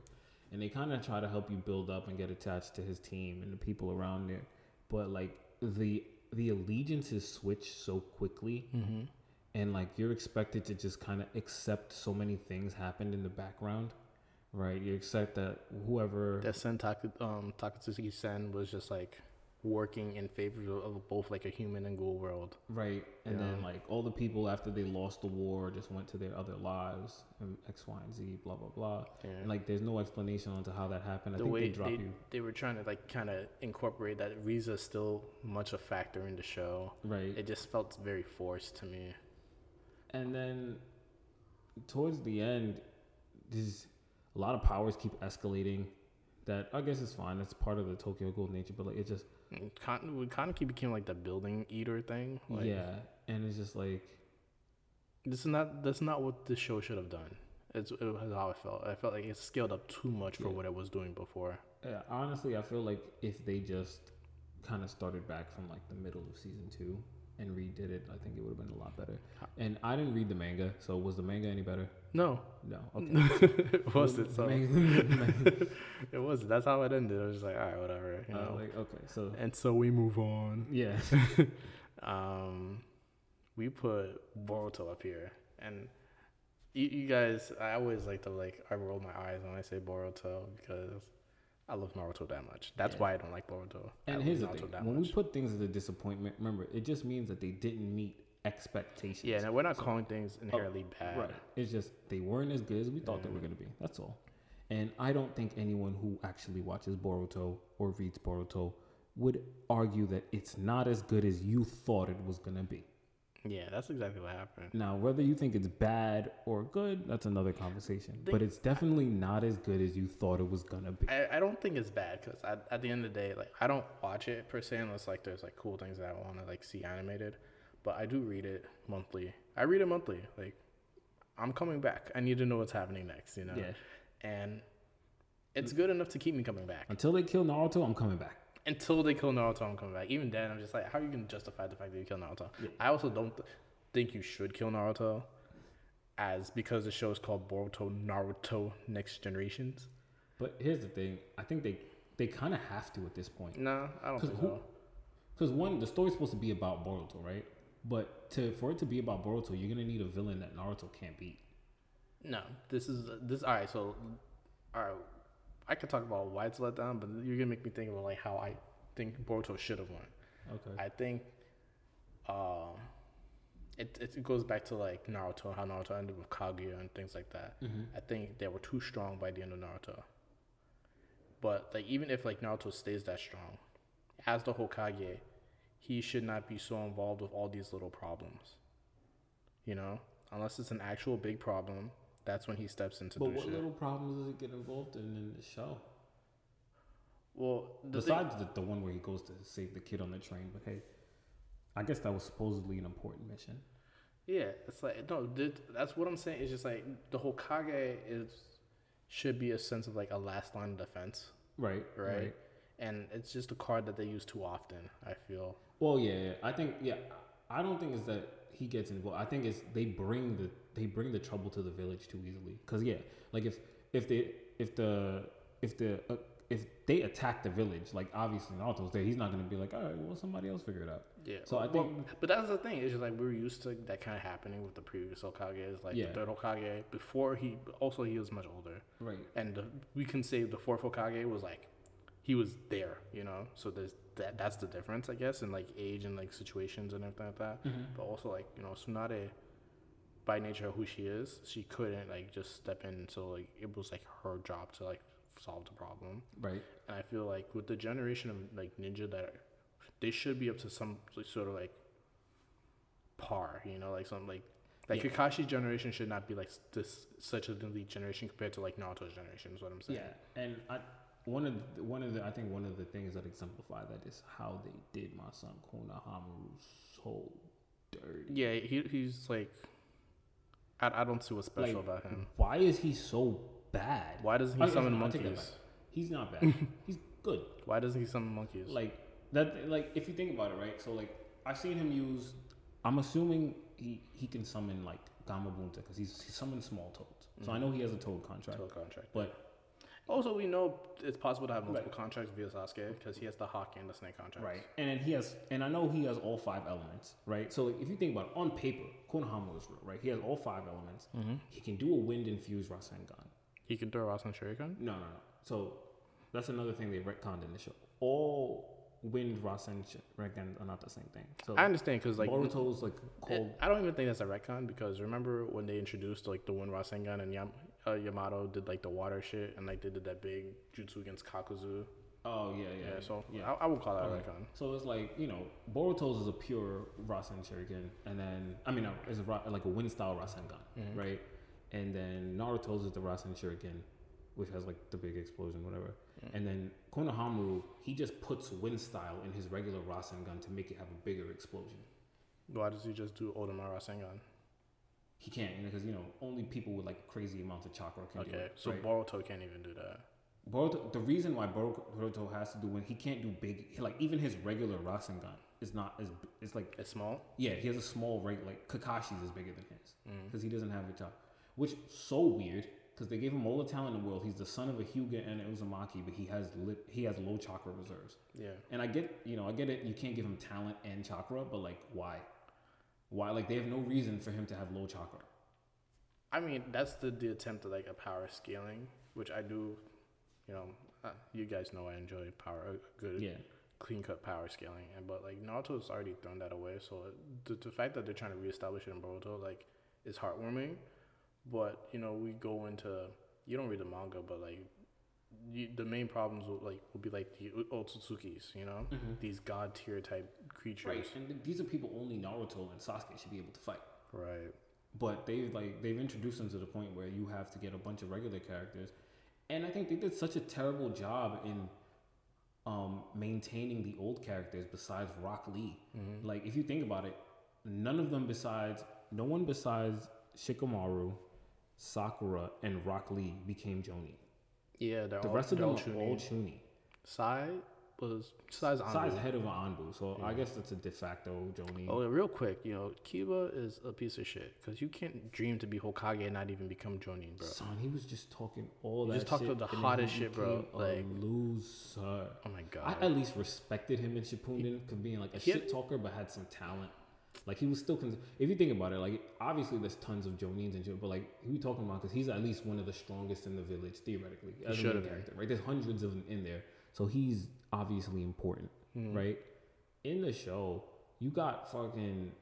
Speaker 2: and they kind of try to help you build up and get attached to his team and the people around there, but like the the allegiances switch so quickly, and like you're expected to just kind of accept so many things happened in the background, right? You accept that whoever
Speaker 1: that Sen Taka, um, Takatsuki Sen was just like working in favor of, of both like a human and ghoul world.
Speaker 2: Right. And then like all the people after they lost the war just went to their other lives and X, Y, and Z, blah blah blah. And like there's no explanation onto how that happened. I
Speaker 1: The
Speaker 2: think
Speaker 1: way
Speaker 2: they
Speaker 1: they,
Speaker 2: drop
Speaker 1: they,
Speaker 2: you.
Speaker 1: were trying to like kind of incorporate that Riza's still much a factor in the show.
Speaker 2: Right.
Speaker 1: It just felt very forced to me.
Speaker 2: and then towards the end, there's a lot of powers keep escalating. That I guess is fine. That's part of the Tokyo Gold nature, but like it just
Speaker 1: And Kan- when Kaneki became like the building eater thing, like,
Speaker 2: yeah. And it's just like
Speaker 1: this is not that's not what this show should have done. It's it was how I felt. I felt like it scaled up too much for what it was doing before.
Speaker 2: Yeah, Uh, honestly, I feel like if they just kind of started back from like the middle of season two and redid it, I think it would have been a lot better. And I didn't read the manga, so was the manga any better?
Speaker 1: No, [laughs]
Speaker 2: No. Okay.
Speaker 1: it wasn't. So
Speaker 2: Manga-
Speaker 1: [laughs] it wasn't. That's how it ended. I was just like, all right, whatever. You
Speaker 2: Uh,
Speaker 1: know?
Speaker 2: like, okay, so
Speaker 1: And so we move on. [laughs]
Speaker 2: yeah,
Speaker 1: Um, we put Boruto up here, and you, you guys, I always like to like I roll my eyes when I say Boruto because I love Naruto that much. That's why I don't like Boruto. I
Speaker 2: [laughs] and
Speaker 1: love
Speaker 2: here's the
Speaker 1: Naruto
Speaker 2: thing:
Speaker 1: that
Speaker 2: when we
Speaker 1: much.
Speaker 2: put things as a disappointment, remember, it just means that they didn't meet expectations.
Speaker 1: Yeah, no, we're not calling things inherently bad.
Speaker 2: Oh, Right. It's just they weren't as good as we thought they were going to be. That's all. And I don't think anyone who actually watches Boruto or reads Boruto would argue that it's not as good as you thought it was going to be.
Speaker 1: Yeah, that's exactly what happened.
Speaker 2: Now, whether you think it's bad or good, that's another conversation. but it's definitely not as good as you thought it was gonna be.
Speaker 1: I, I don't think it's bad because at the end of the day, like I don't watch it per se unless like there's like cool things that I want to like see animated. But I do read it monthly. I read it monthly. Like I'm coming back. I need to know what's happening next. You know.
Speaker 2: Yeah.
Speaker 1: And it's good enough to keep me coming back
Speaker 2: Until they kill Naruto, I'm coming back.
Speaker 1: until they kill Naruto. I'm coming back. Even then, I'm just like, how are you gonna justify the fact that you kill Naruto? I also don't th- think you should kill Naruto, as because the show is called Boruto Naruto Next Generations.
Speaker 2: But here's the thing: I think they they kind of have to at this point.
Speaker 1: Nah, I don't think so.
Speaker 2: Because one, the story's supposed to be about Boruto, right? But to for it to be about Boruto, you're gonna need a villain that Naruto can't beat.
Speaker 1: No, this is this. All right, so all right, I could talk about why it's let down, but you're gonna make me think about like how I think Boruto should have won.
Speaker 2: Okay.
Speaker 1: I think um, it, it goes back to like Naruto, how Naruto ended with Kaguya and things like that.
Speaker 2: Mm-hmm.
Speaker 1: I think they were too strong by the end of Naruto. But like even if like Naruto stays that strong, as the Hokage, he should not be so involved with all these little problems. You know, unless it's an actual big problem, that's when he steps into
Speaker 2: but
Speaker 1: the
Speaker 2: what
Speaker 1: shit.
Speaker 2: little problems does it get involved in in the show?
Speaker 1: well, the thing-
Speaker 2: Besides the, the one where he goes to save the kid on the train, but hey, I guess that was supposedly an important mission.
Speaker 1: Yeah, it's like no, th- that's what I'm saying. It's just like the Hokage is should be a sense of like a last line of defense,
Speaker 2: Right.
Speaker 1: right? And it's just a card that they use too often. I feel
Speaker 2: Well, yeah, yeah, I think yeah. I don't think it's that he gets involved. I think it's they bring the they bring the trouble to the village too easily. Cause yeah, like if if they if the if the uh, if they attack the village, like obviously Naruto's there, he's not gonna be like, all right, well somebody else figure it out.
Speaker 1: yeah.
Speaker 2: So I
Speaker 1: well,
Speaker 2: think-
Speaker 1: but that's the thing. It's just like we're used to that kind of happening with the previous Hokage. Like
Speaker 2: Yeah.
Speaker 1: the third Hokage before he also he was much older,
Speaker 2: Right.
Speaker 1: and the, we can say the fourth Hokage was like he was there, you know. So there's that. That's the difference, I guess, in like age and like situations and everything like that. But also like you know, Tsunade, by nature of who she is, she couldn't like just step in. So like it was like her job to like solve the problem.
Speaker 2: Right.
Speaker 1: And I feel like with the generation of like ninja that are, they should be up to some sort of like par, you know, like something like like Kakashi's generation should not be like s- this such an elite generation compared to like Naruto's generation. Is what I'm saying.
Speaker 2: Yeah, and I one of the, one of the I think one of the things that exemplify that is how they did my son Konohamaru so dirty.
Speaker 1: Yeah, he he's like, I, I don't see what's special
Speaker 2: Like,
Speaker 1: about him.
Speaker 2: Why is he so bad?
Speaker 1: Why doesn't he
Speaker 2: I- I-
Speaker 1: summon
Speaker 2: I take that
Speaker 1: monkeys?
Speaker 2: back. He's not
Speaker 1: [laughs]
Speaker 2: bad. He's good.
Speaker 1: Why doesn't he summon monkeys?
Speaker 2: Like that. Like if you think about it, right? So like I've seen him use. I'm assuming he he can summon like Gamabunta because he's he summons small toads. So
Speaker 1: Mm.
Speaker 2: I know he has a toad contract,
Speaker 1: Total contract.
Speaker 2: but
Speaker 1: Also, we know it's possible to have multiple contracts via Sasuke because he has the hawk and the snake contract.
Speaker 2: Right. And then he has, and I know he has all five elements, right? So like, if you think about it, on paper, Konohamaru is real, right? He has all five elements.
Speaker 1: Mm-hmm.
Speaker 2: He can do a wind infused Rasengan.
Speaker 1: He can throw Rasen Shuriken.
Speaker 2: No, no, no. So that's another thing they retconned in the show. All wind Rasen Rasengan are not the same thing. So
Speaker 1: I understand because like
Speaker 2: Boruto's like cold.
Speaker 1: I don't even think that's a retcon because remember when they introduced like the one Rasengan and Yam- uh, Yamato did like the water shit and like they did that big jutsu against Kakuzu.
Speaker 2: oh yeah, yeah.
Speaker 1: Yeah, so
Speaker 2: yeah.
Speaker 1: I, I would call that a retcon.
Speaker 2: So it's like you know, Boruto's is a pure Rasen Shuriken, and then I mean, uh, is a, Ra- like a wind style Rasengan, right? And then Naruto's is the Rasen Shuriken, which has like the big explosion, whatever. And then Konohamaru, he just puts wind style in his regular Rasengan to make it have a bigger explosion.
Speaker 1: Why does he just do Odama Rasengan?
Speaker 2: He can't because you know only people with like crazy amounts of chakra can do
Speaker 1: Okay,
Speaker 2: it.
Speaker 1: so
Speaker 2: right?
Speaker 1: Boruto can't even do that.
Speaker 2: Boruto, the reason why Boruto has to do when he can't do big, like even his regular Rasengan is not as it's like
Speaker 1: It's small.
Speaker 2: Yeah, he has a small rate. Like Kakashi's is bigger than his
Speaker 1: Mm.
Speaker 2: because he doesn't have a job, which so weird because they gave him all the talent in the world. He's the son of a Hyuga and an Uzumaki, but he has li- he has low chakra reserves.
Speaker 1: Yeah.
Speaker 2: And I get you know I get it. You can't give him talent and chakra, but like why? Why like they have no reason for him to have low chakra.
Speaker 1: I mean, that's the, the attempt at like a power scaling, which I do, you know, uh, you guys know I enjoy power, a good,
Speaker 2: Yeah.
Speaker 1: clean cut power scaling. And but like Naruto's already thrown that away, so the, the fact that they're trying to reestablish it in Boruto like is heartwarming. But you know, we go into you don't read the manga, but like Mm-hmm. you, the main problems will like will be like the Otsutsukis, you know, these god tier type creatures.
Speaker 2: Right, and th- these are people only Naruto and Sasuke should be able to fight.
Speaker 1: Right.
Speaker 2: But they like they've introduced them to the point where you have to get a bunch of regular characters, and I think they did such a terrible job in um, maintaining the old characters besides Rock Lee. Like if you think about it, none of them besides no one besides Shikamaru, Sakura, and Rock Lee became Jonin.
Speaker 1: Yeah, they're
Speaker 2: The
Speaker 1: all,
Speaker 2: rest of
Speaker 1: they're
Speaker 2: them
Speaker 1: all
Speaker 2: are all
Speaker 1: Chunin.
Speaker 2: Chunin.
Speaker 1: Sai was Sai's on.
Speaker 2: Sai's head of an Anbu, so I guess that's a de facto Jonin.
Speaker 1: Oh, and real quick, you know, Kiba is a piece of shit because you can't dream to be Hokage and not even become Jonin, bro.
Speaker 2: Son, he was just talking all that.
Speaker 1: just talked
Speaker 2: shit,
Speaker 1: about the
Speaker 2: and then he
Speaker 1: hottest shit, bro.
Speaker 2: became
Speaker 1: Like-
Speaker 2: a loser.
Speaker 1: Oh my
Speaker 2: I
Speaker 1: god.
Speaker 2: at least respected him in Shippuden for being like a
Speaker 1: he had-
Speaker 2: shit talker, but had some talent. Like he was still. Cons- if you think about it, like obviously there's tons of Jonins and shit, but like who you talking about? Because he's at least one of the strongest in the village theoretically. As a
Speaker 1: should
Speaker 2: main
Speaker 1: have been.
Speaker 2: character, right? There's hundreds of them in there, so he's obviously important,
Speaker 1: Mm-hmm.
Speaker 2: right? In the show, you got fucking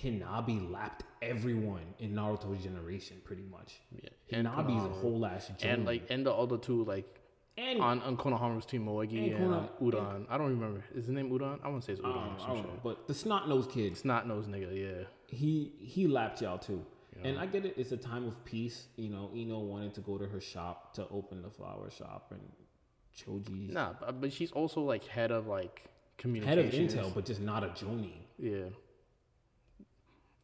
Speaker 2: Hinabi lapped everyone in Naruto's generation pretty much.
Speaker 1: Yeah, and
Speaker 2: Hinabi's a whole ass Jonin.
Speaker 1: and like and the other two like
Speaker 2: and
Speaker 1: on, on Konohamaru's team Moegi and,
Speaker 2: And Kono-
Speaker 1: um, Udon. I don't remember. Is his name Udon? I want to say it's
Speaker 2: I
Speaker 1: Udon.
Speaker 2: don't
Speaker 1: or
Speaker 2: know, I
Speaker 1: some
Speaker 2: don't
Speaker 1: shit.
Speaker 2: know, but the snot nosed kid,
Speaker 1: Snot nose nigga. Yeah.
Speaker 2: he he lapped y'all too. And I get it, it's a time of peace. You know, Ino wanted to go to her shop to open the flower shop and Choji's
Speaker 1: Nah, but, but she's also like head of like
Speaker 2: head of
Speaker 1: communications.
Speaker 2: Intel, but just not a Jonin.
Speaker 1: Yeah.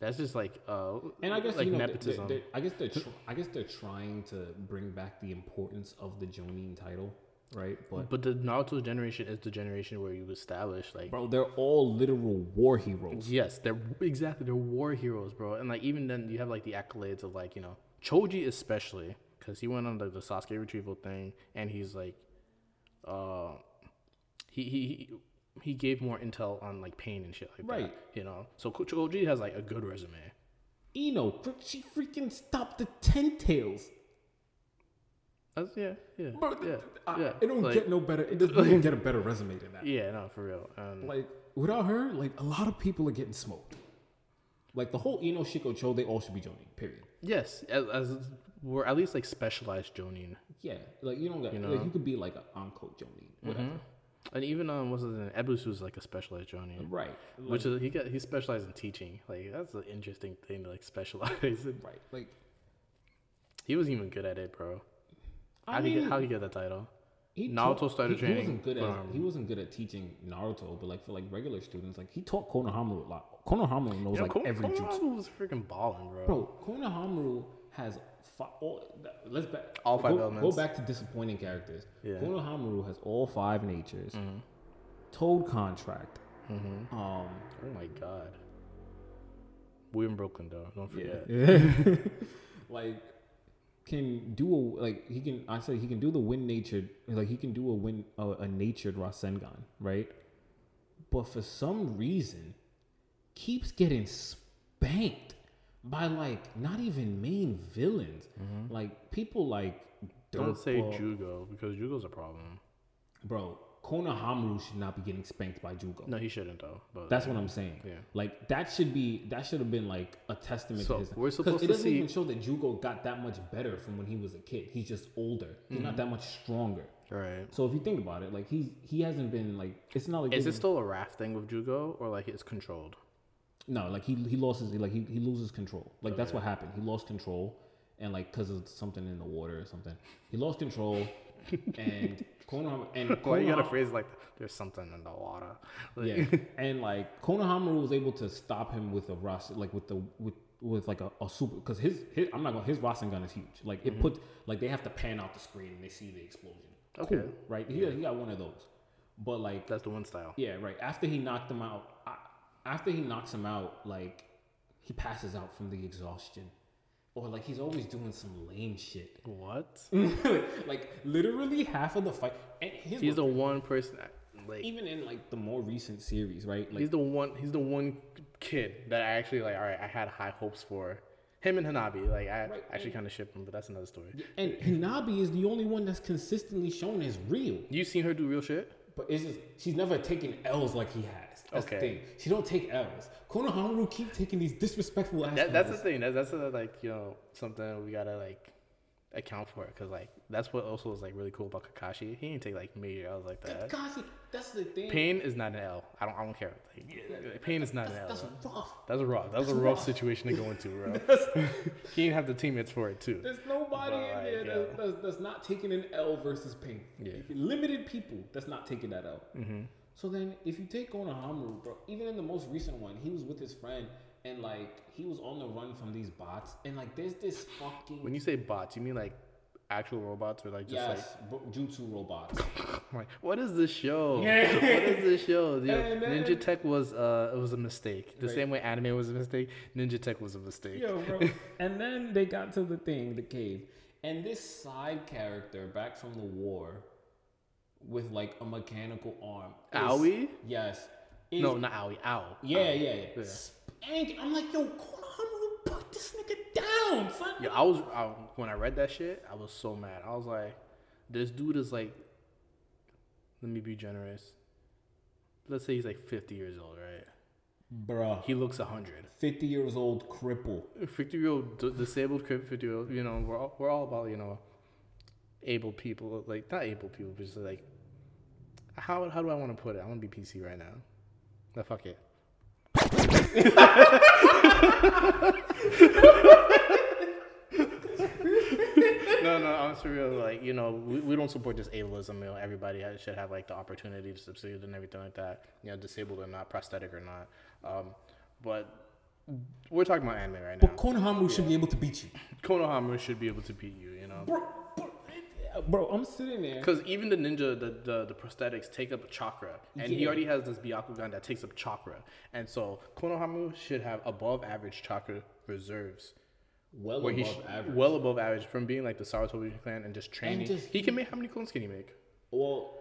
Speaker 1: That's just like uh
Speaker 2: And I guess
Speaker 1: like
Speaker 2: you know, they-
Speaker 1: nepotism.
Speaker 2: they- I guess
Speaker 1: [laughs]
Speaker 2: they're tr- I guess they're trying to bring back the importance of the Jonin title, right? But
Speaker 1: but the Naruto generation is the generation where you establish like
Speaker 2: bro, they're all literal war heroes.
Speaker 1: Yes, they're exactly they're war heroes, bro. And like even then, you have like the accolades of like you know Choji especially because he went on the, the Sasuke retrieval thing, and he's like, uh, he he. he he gave more intel on like pain and shit like
Speaker 2: Right.
Speaker 1: that, you know. So Ko- Choji has like a good resume.
Speaker 2: Ino, fr- she freaking stopped the Ten Tails.
Speaker 1: That's, yeah, yeah,
Speaker 2: Bro,
Speaker 1: yeah,
Speaker 2: th- I-
Speaker 1: yeah.
Speaker 2: it don't
Speaker 1: Like,
Speaker 2: get no
Speaker 1: [laughs]
Speaker 2: better. It doesn't you don't get a better resume than that.
Speaker 1: yeah, no, for real. Um,
Speaker 2: Like without her, like a lot of people are getting smoked. Like the whole Ino Shiko Cho, they all should be Jonin. Period.
Speaker 1: yes, as, as we're at least like specialized Jonin,
Speaker 2: Yeah, like you don't got. You, like, you could be like an Anko Jonin,
Speaker 1: Mm-hmm.
Speaker 2: whatever.
Speaker 1: and even um, what's his name? Ebusu's like a specialized Jonin.
Speaker 2: Right,
Speaker 1: Which is he got he specialized in teaching. Like that's an interesting thing to like specialize in. [laughs]
Speaker 2: right. Like
Speaker 1: He wasn't even good at it, bro.
Speaker 2: I
Speaker 1: How would he
Speaker 2: mean,
Speaker 1: get how he get that title?
Speaker 2: he
Speaker 1: Naruto
Speaker 2: taught-
Speaker 1: started
Speaker 2: he,
Speaker 1: training
Speaker 2: He wasn't good at
Speaker 1: from-
Speaker 2: he wasn't good at teaching Naruto, but like for like regular students, like he taught Konohamaru a lot. Konohamaru knows like
Speaker 1: Ko-
Speaker 2: every jutsu.
Speaker 1: Konohamaru was freaking balling, bro.
Speaker 2: Bro, Konohamaru has fi- all, let's back,
Speaker 1: All five
Speaker 2: go,
Speaker 1: elements.
Speaker 2: Go back to disappointing characters.
Speaker 1: Yeah. Mm-hmm.
Speaker 2: Konohamaru has all five natures. Toad contract. Um,
Speaker 1: Oh my god. We're in Brooklyn though. Don't forget.
Speaker 2: [laughs] like can do a like he can. I said he can do the wind natured like he can do a wind a, a natured Rasengan right, but for some reason keeps getting spanked by like not even main villains like people like
Speaker 1: Mm-hmm. Don't say
Speaker 2: Dirtball-
Speaker 1: Jugo because Jugo's a problem.
Speaker 2: Bro, Konohamaru should not be getting spanked by Jugo.
Speaker 1: No, he shouldn't though. But
Speaker 2: That's what I'm saying.
Speaker 1: Yeah.
Speaker 2: Like that should be that should have been like a testament
Speaker 1: So,
Speaker 2: to his.
Speaker 1: we're
Speaker 2: 'cause
Speaker 1: supposed
Speaker 2: it
Speaker 1: to
Speaker 2: doesn't
Speaker 1: see-
Speaker 2: even show that Jugo got that much better from when he was a kid. He's just older. He's
Speaker 1: Mm-hmm.
Speaker 2: not that much stronger.
Speaker 1: right.
Speaker 2: So if you think about it, like he's he hasn't been like it's not like
Speaker 1: Is
Speaker 2: they-
Speaker 1: it still a raft thing with Jugo or like it's controlled?
Speaker 2: no like he he loses like he, he loses control. Like that's what happened. He lost control, and like because of something in the water or something, he
Speaker 1: [laughs]
Speaker 2: lost control. and Konohamaru and
Speaker 1: Why you got
Speaker 2: Konoha-
Speaker 1: a phrase like there's something in the water? Like,
Speaker 2: Yeah, and like Konohamaru was able to stop him with a rush, like with the with with like a, a super because his, his I'm not gonna his Rasengan is huge. Like it put like they have to pan out the screen and they see the explosion.
Speaker 1: Okay.
Speaker 2: Cool, right? He, he got one of those, but like
Speaker 1: That's the one style.
Speaker 2: yeah, right. After he knocked him out, I, after he knocks him out, like he passes out from the exhaustion, or like he's always doing some lame shit. [laughs]
Speaker 1: What?
Speaker 2: like literally half of the fight, and here's
Speaker 1: He's
Speaker 2: what-
Speaker 1: the one person that, like
Speaker 2: even in like the more recent series, right? Like
Speaker 1: He's the one. He's the one kid that I actually like. All right, I had high hopes for him and Hanabi. Like I
Speaker 2: Right,
Speaker 1: actually kind of ship him, but that's another story.
Speaker 2: And Hinabi is the only one that's consistently shown as real.
Speaker 1: You seen her do real shit?
Speaker 2: But it's just she's never taken L's like he has. That's
Speaker 1: Okay.
Speaker 2: the thing. She don't take L's. Konohamaru keep taking these disrespectful ass.
Speaker 1: That, that's the
Speaker 2: L's.
Speaker 1: thing. That's that's a, like you know something we gotta like account for it because like that's what also was like really cool about Kakashi. He didn't take like major L's like that.
Speaker 2: Kakashi, that's the thing.
Speaker 1: Pain is not an L. I don't. I don't care. Like, pain is not an L.
Speaker 2: That's rough.
Speaker 1: That's a
Speaker 2: [laughs]
Speaker 1: rough. That was a rough
Speaker 2: rough.
Speaker 1: situation to go into,
Speaker 2: [laughs]
Speaker 1: bro.
Speaker 2: That's-
Speaker 1: he didn't have the teammates for it too.
Speaker 2: There's nobody
Speaker 1: Right,
Speaker 2: in there
Speaker 1: yeah.
Speaker 2: that's, that's, that's not taking an L versus pain.
Speaker 1: Yeah.
Speaker 2: Limited people that's not taking that L.
Speaker 1: Mm-hmm.
Speaker 2: So then, if you take Konohamaru, bro, even in the most recent one, he was with his friend and like he was on the run from these bots, and like there's this fucking
Speaker 1: When you say bots, you mean like actual robots or like just like
Speaker 2: yes, bro- jutsu robots.
Speaker 1: I'm like, what is this
Speaker 2: [laughs]
Speaker 1: show?
Speaker 2: Yeah.
Speaker 1: what is this show? Yo,
Speaker 2: Hey, man.
Speaker 1: Ninja Tech was uh, it was a mistake. The
Speaker 2: Right.
Speaker 1: same way anime was a mistake, Ninja Tech was a mistake.
Speaker 2: [laughs] Yo, bro. and then they got to the thing, the cave, and this side character back from the war with like a mechanical arm. is-
Speaker 1: Aoi?
Speaker 2: Yes.
Speaker 1: [laughs]
Speaker 2: is-
Speaker 1: No, not Owie. Ow.
Speaker 2: Yeah, yeah, yeah. Spank. I'm like, yo, Konohamaru, put this nigga down, son.
Speaker 1: Yo, I was I, when I read that shit, I was so mad. I was like, this dude is like, let me be generous. Let's say he's like 50 years old, right?
Speaker 2: Bruh.
Speaker 1: He looks 100.
Speaker 2: 50 years old cripple.
Speaker 1: 50 year old d- disabled crip 50 year old you know we're all, we're all about you know able people like not able people but just like how, how do i want to put it i want to be pc right now no fuck it no no i'm for real like you know we, we don't support just ableism you know everybody has, should have like the opportunity to succeed and everything like that you know disabled or not prosthetic or not um but we're talking about anime right now
Speaker 2: Konohamaru should be able to beat you.
Speaker 1: Konohamaru should be able to beat you, you know?
Speaker 2: Bro, bro, bro I'm sitting there.
Speaker 1: Because even the ninja, the, the, the prosthetics take up chakra. And he
Speaker 2: Yeah.
Speaker 1: already has this Byakugan that takes up chakra. And so Konohamaru should have above average chakra reserves.
Speaker 2: Well
Speaker 1: Where he
Speaker 2: above
Speaker 1: should-
Speaker 2: average.
Speaker 1: Well above average from being like the Saratobi clan and just training.
Speaker 2: just-
Speaker 1: he can make how many clones can he make?
Speaker 2: Well,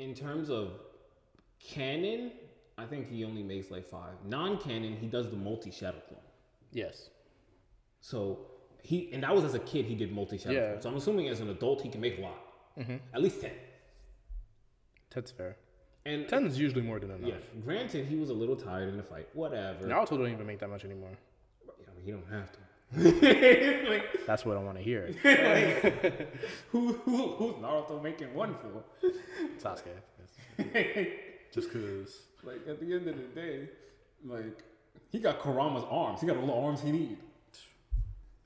Speaker 2: in terms of canon, I think he only makes like five. Non canon, he does the multi shadow clone.
Speaker 1: Yes.
Speaker 2: So he, and that was as a kid, he did multi shadow
Speaker 1: Yeah.
Speaker 2: clone. So I'm assuming as an adult, he can make a lot. At least 10.
Speaker 1: That's fair.
Speaker 2: And
Speaker 1: 10 is usually more than enough.
Speaker 2: yeah, granted, he was a little tired in the fight. Whatever.
Speaker 1: Naruto don't even make that much anymore.
Speaker 2: I mean, he don't have to. [laughs] like,
Speaker 1: That's what I want to [laughs] hear.
Speaker 2: who, who, who's Naruto making one for?
Speaker 1: Sasuke. [laughs] Just because.
Speaker 2: like, at the end of the day, like, he got Kurama's arms. He got all the arms he needs.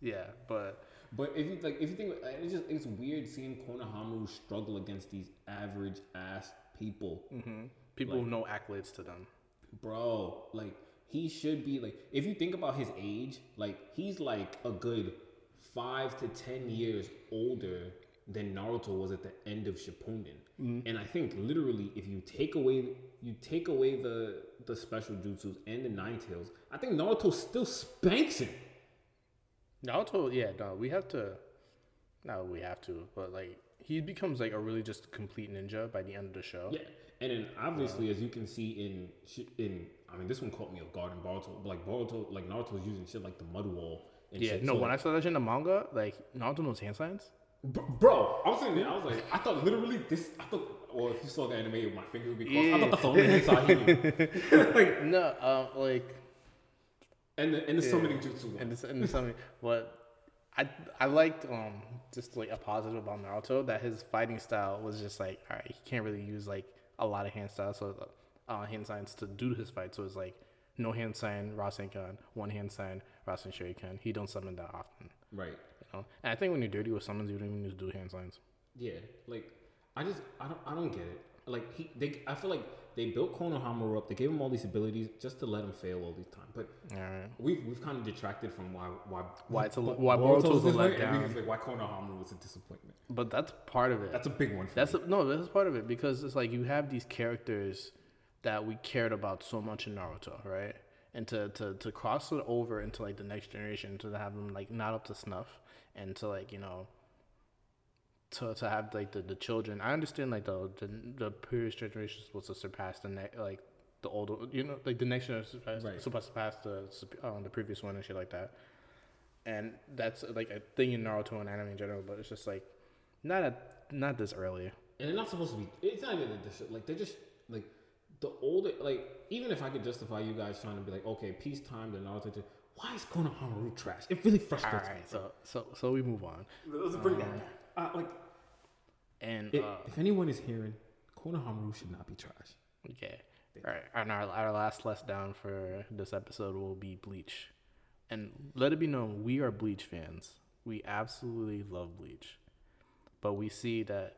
Speaker 1: Yeah, but
Speaker 2: But if you like, if you think like, it's just it's weird seeing Konohamaru struggle against these average ass people,
Speaker 1: people know accolades to them.
Speaker 2: bro. Like he should be like, if you think about his age, like he's like a good five to ten years older than Naruto was at the end of Shippuden. And I think literally, if you take away you take away the the special jutsus and the nine tails, I think Naruto still spanks him.
Speaker 1: Naruto, yeah, no, we have to. No, we have to, but like he becomes like a really just complete ninja by the end of the show.
Speaker 2: Yeah, and then obviously, as you can see in sh- in I mean, this one caught me off guard in Boruto. But like Boruto, like Naruto's using shit like the mud wall. And
Speaker 1: Yeah,
Speaker 2: shit.
Speaker 1: no,
Speaker 2: so,
Speaker 1: when I saw that shit in the manga, like Naruto knows hand signs.
Speaker 2: Br- bro, I was sitting there, I was like, I thought literally this. I thought, well, if you saw the anime, with my fingers would be crossed. I thought that's the only inside
Speaker 1: [laughs]
Speaker 2: he knew. [laughs] like,
Speaker 1: No, uh, like
Speaker 2: and the and the summoning jutsu. One.
Speaker 1: and this and something, but I I liked um just like a positive about Naruto that his fighting style was just like all right, he can't really use like a lot of hand styles, so uh, hand signs to do his fight. So it's like no hand sign Rasengan, one hand sign Rasen Shuriken. He don't summon that often.
Speaker 2: right.
Speaker 1: You know? And I think when you're dirty with summons, you don't even need to do hand signs.
Speaker 2: Yeah. Like, I just I don't I don't get it. Like he they I feel like they built Konohamaru up. They gave him all these abilities just to let him fail all these time. But
Speaker 1: All right.
Speaker 2: We've, we've kind of detracted from why why
Speaker 1: Why it's a-
Speaker 2: Bo-
Speaker 1: why Boruto's a
Speaker 2: this way,
Speaker 1: letdown.
Speaker 2: everything's Like why Konohamaru was a disappointment.
Speaker 1: But that's part of it.
Speaker 2: That's a big one. For
Speaker 1: That's
Speaker 2: me.
Speaker 1: a, no, that's part of it because it's like you have these characters that we cared about so much in Naruto, right? And to, to, to cross it over into like the next generation, to have them like not up to snuff, and to like you know, to, to have like the, the children. I understand like the the, the previous generation is supposed to surpass the next like the older you know like the next generation is
Speaker 2: Right.
Speaker 1: supposed to surpass the sup- um, the previous one and shit like that. And that's like a thing in Naruto and anime in general, but it's just like not at not this early.
Speaker 2: and they're not supposed to be. It's not even a dis- like they're just like the older like even if I could justify you guys trying to be like okay peacetime the Naruto. did- Why is Konoha Maru trash? It really frustrates me.
Speaker 1: Alright, so so so we move on.
Speaker 2: Let's bring that back. Uh, like,
Speaker 1: And
Speaker 2: it,
Speaker 1: uh,
Speaker 2: if anyone is hearing, Konoha Maru should not be trash.
Speaker 1: okay. All right, and our our last letdown for this episode will be Bleach, and let it be known we are Bleach fans. We absolutely love Bleach, but we see that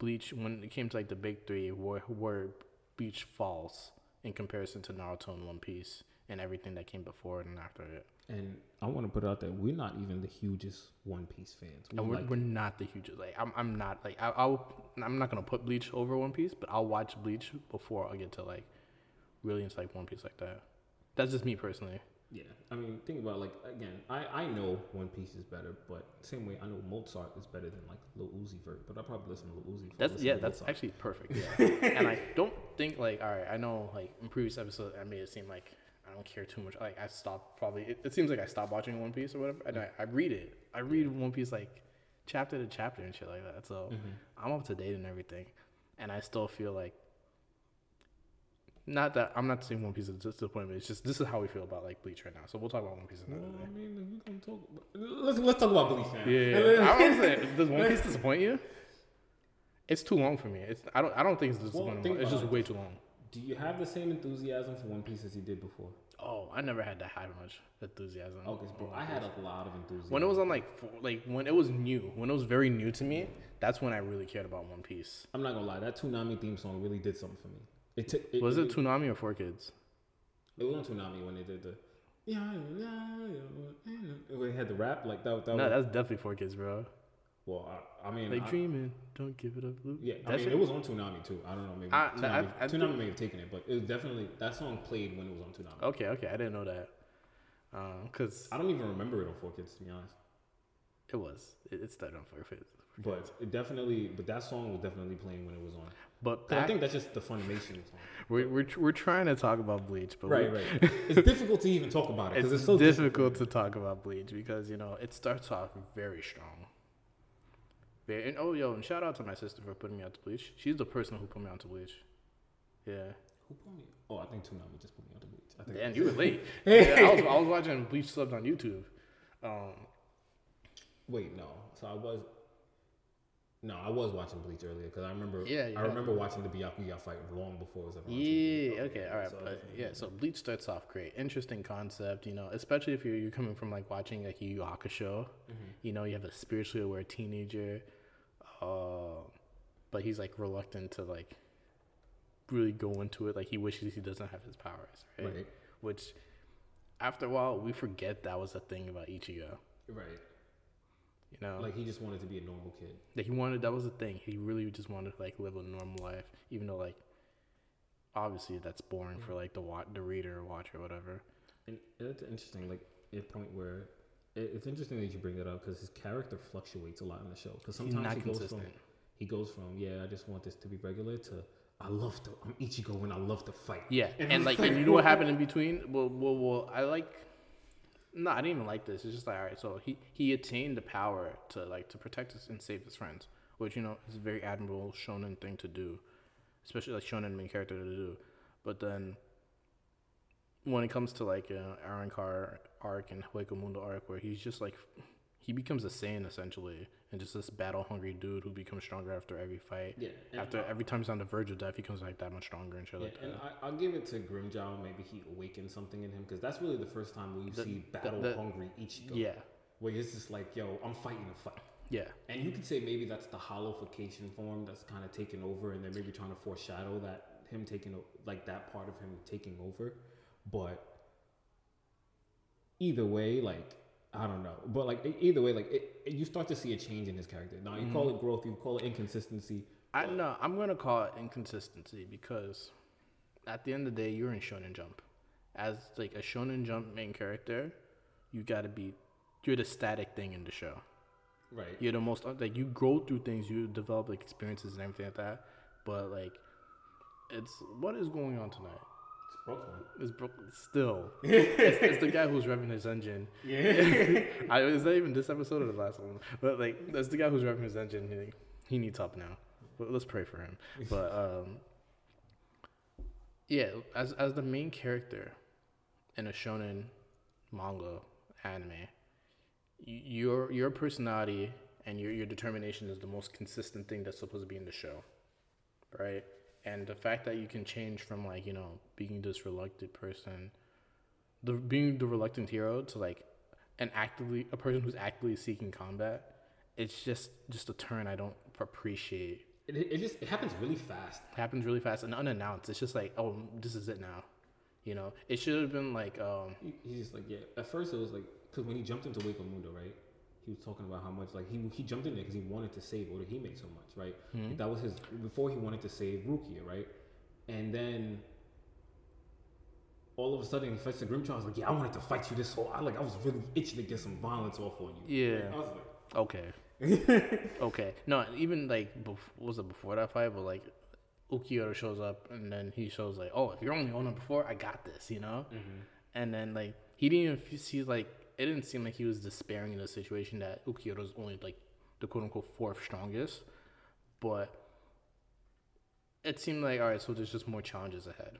Speaker 1: Bleach when it came to like the big three were were Bleach falls in comparison to Naruto and One Piece and everything that came before and after it.
Speaker 2: And I want to put out that we're not even the hugest One Piece fans. We
Speaker 1: And we're,
Speaker 2: like-
Speaker 1: we're not the hugest. Like I'm, I'm not like I, I'll. I'm not gonna put Bleach over One Piece, but I'll watch Bleach before I get to like really into like One Piece like that. That's just me personally.
Speaker 2: yeah, I mean, think about it, like again. I I know One Piece is better, but same way I know Mozart is better than like Lil Uzi Vert. But I probably listen to Lil Uzi. before I
Speaker 1: That's
Speaker 2: listen
Speaker 1: yeah.
Speaker 2: to
Speaker 1: That's
Speaker 2: Mozart.
Speaker 1: actually perfect. Yeah. and I don't think like all right. I know like in previous episodes I made it seem like I don't care too much. Like I stopped probably. It, it seems like I stopped watching One Piece or whatever. And I, I read it. I read One Piece like chapter to chapter and shit like that. So I'm up to date and everything. And I still feel like not that I'm not saying One Piece is a disappointment. It's just this is how we feel about like Bleach right now. So we'll talk about One Piece another
Speaker 2: Well,
Speaker 1: day.
Speaker 2: I mean, we can talk. Let's let's talk about Bleach now.
Speaker 1: Yeah, yeah. I don't say does One Piece disappoint you? It's too long for me. It's I don't I don't think it's disappointing.
Speaker 2: think
Speaker 1: it's
Speaker 2: about
Speaker 1: just
Speaker 2: it.
Speaker 1: way too long.
Speaker 2: [laughs] Do you have the same enthusiasm for One Piece as you did before?
Speaker 1: Oh, I never had that high much enthusiasm.
Speaker 2: Okay, bro, I had a lot of enthusiasm.
Speaker 1: When it was on like four, like when it was new, when it was very new to me, that's when I really cared about One Piece.
Speaker 2: I'm not gonna lie, that Toonami theme song really did something for me. It took.
Speaker 1: Was it Toonami or Four Kids?
Speaker 2: It was on Toonami when they did the. Yeah, When they had the rap like that. that
Speaker 1: No,
Speaker 2: was,
Speaker 1: that's definitely Four Kids, bro.
Speaker 2: well, I, I mean,
Speaker 1: Like
Speaker 2: I-
Speaker 1: dreaming, don't give it up, Luke.
Speaker 2: Yeah, I
Speaker 1: That
Speaker 2: mean,
Speaker 1: shit-
Speaker 2: it was on Toonami too. I don't know, maybe
Speaker 1: I- I-
Speaker 2: Toonami,
Speaker 1: I think- Oh.
Speaker 2: Toonami may have taken it, but it was definitely that song played when it was on Toonami.
Speaker 1: okay, okay, I didn't know that. Um, cause
Speaker 2: I don't even remember it on Four Kids to be honest,
Speaker 1: it was it, it started on Four Kids,
Speaker 2: but it definitely, but that song was definitely playing when it was on.
Speaker 1: but
Speaker 2: 'Cause I
Speaker 1: back,
Speaker 2: think that's just the Funimation
Speaker 1: [laughs]
Speaker 2: song.
Speaker 1: we're, we're tr- we're trying to talk about Bleach, but
Speaker 2: Right,
Speaker 1: we,
Speaker 2: right. It's difficult to even talk about it
Speaker 1: it's,
Speaker 2: because it's, so
Speaker 1: difficult
Speaker 2: difficult.
Speaker 1: to talk about Bleach because you know it starts off very strong. Very, and oh yo, and shout out to my sister for putting me onto Bleach. She's the person who put me onto Bleach. Yeah,
Speaker 2: Who put me? Oh, I think Toonami just put me on the bleach. I think.
Speaker 1: and you were
Speaker 2: [laughs]
Speaker 1: late. yeah, I, was, I was watching Bleach subbed on YouTube. Um,
Speaker 2: Wait, no. So I was. No, I was watching Bleach earlier because I remember.
Speaker 1: Yeah, yeah.
Speaker 2: I remember watching the Byakuya fight long before it was ever. on TV.
Speaker 1: yeah, okay, all right,
Speaker 2: so
Speaker 1: but yeah, so Bleach starts off great, interesting concept, you know, especially if you're you're coming from like watching like Yu Yu Hakusho,
Speaker 2: Mm-hmm.
Speaker 1: you know, you have a spiritually aware teenager, uh, but he's like reluctant to like really go into it. Like he wishes he doesn't have his powers, right?
Speaker 2: Right.
Speaker 1: Which after a while we forget that was a thing about Ichigo.
Speaker 2: Right.
Speaker 1: You know,
Speaker 2: Like he just wanted to be a normal kid.
Speaker 1: that he wanted that was the thing. He really just wanted to like live a normal life, even though like obviously that's boring for like the wat the reader or watcher or whatever.
Speaker 2: And it's interesting, like a point where it, it's interesting that you bring that up because his character fluctuates a lot in the show. Because sometimes
Speaker 1: not
Speaker 2: he goes from
Speaker 1: consistent.
Speaker 2: he goes from yeah, I just want this to be regular to I love to I'm Ichigo and I love to fight.
Speaker 1: Yeah, and, like and you know what happened in between? Well, well, well. I like. No, I didn't even like this. It's just like all right. So he he attained the power to like to protect us and save his friends, which you know is a very admirable shonen thing to do, especially like shonen main character to do. But then when it comes to like uh, Aaron Carr arc and Hueco Mundo arc, where he's just like he becomes a Saiyan essentially, and just this battle hungry dude who becomes stronger after every fight.
Speaker 2: Yeah, and
Speaker 1: After every time he's on the verge of death, he comes like that much stronger and shit
Speaker 2: Yeah,
Speaker 1: like uh, that.
Speaker 2: and I, I'll give it to Grimjow. Maybe he awakened something in him because that's really the first time where you see battle
Speaker 1: the-
Speaker 2: hungry Ichigo.
Speaker 1: Yeah,
Speaker 2: where it's just like, yo, I'm fighting a fight.
Speaker 1: yeah.
Speaker 2: And you could say maybe that's the hollowification form that's kind of taken over, and they're maybe trying to foreshadow that him taking o- like that part of him taking over. But either way, like I don't know, but like e- either way, like it, it- you start to see a change in his character. Now you call it growth, you call it inconsistency.
Speaker 1: I no, I'm gonna call it inconsistency because at the end of the day, you're in Shonen Jump. As like a Shonen Jump main character, you gotta be you're the static thing in the show.
Speaker 2: Right.
Speaker 1: You're the most like you go through things, you develop like experiences and everything like that. But like, it's what is going on tonight?
Speaker 2: It's Brooklyn.
Speaker 1: It's Brooklyn still. it's, it's the guy who's revving his engine.
Speaker 2: Yeah.
Speaker 1: [laughs] I, is that even this episode or the last one? But like, that's the guy who's revving his engine. He, he needs help now. But let's pray for him. But um, yeah, as as the main character in a shonen manga anime, y- your your personality and your your determination is the most consistent thing that's supposed to be in the show, right? And the fact that you can change from like you know being this reluctant person, the being the reluctant hero to like an actively a person who's actively seeking combat, it's just just a turn I don't appreciate
Speaker 2: It, it just it happens really fast.
Speaker 1: happens really fast and unannounced. It's just like, oh, this is it now. You know, it should have been like, um,
Speaker 2: He, he's just like, yeah. At first, it was like, because when he jumped into Wake of Mundo, right? He was talking about how much, like, he, he jumped in there because he wanted to save Orihime so much, right?
Speaker 1: Hmm.
Speaker 2: That was his, before he wanted to save Rukia, right? And then all of a sudden, Fester Grimshaw was like, yeah, I wanted to fight you this whole, I like, I was really itching to get some violence off on you.
Speaker 1: Yeah.
Speaker 2: Like, I was like, [laughs]
Speaker 1: okay, okay. No, even like, bef- was it before that fight? But like, Ukiyo shows up and then he shows like, oh, if you're only on number four, I got this. You know,
Speaker 2: Mm-hmm.
Speaker 1: and then like he didn't even f- see like it didn't seem like he was despairing in the situation that Ukiyo's only like the quote unquote fourth strongest, but it seemed like all right, so there's just more challenges ahead.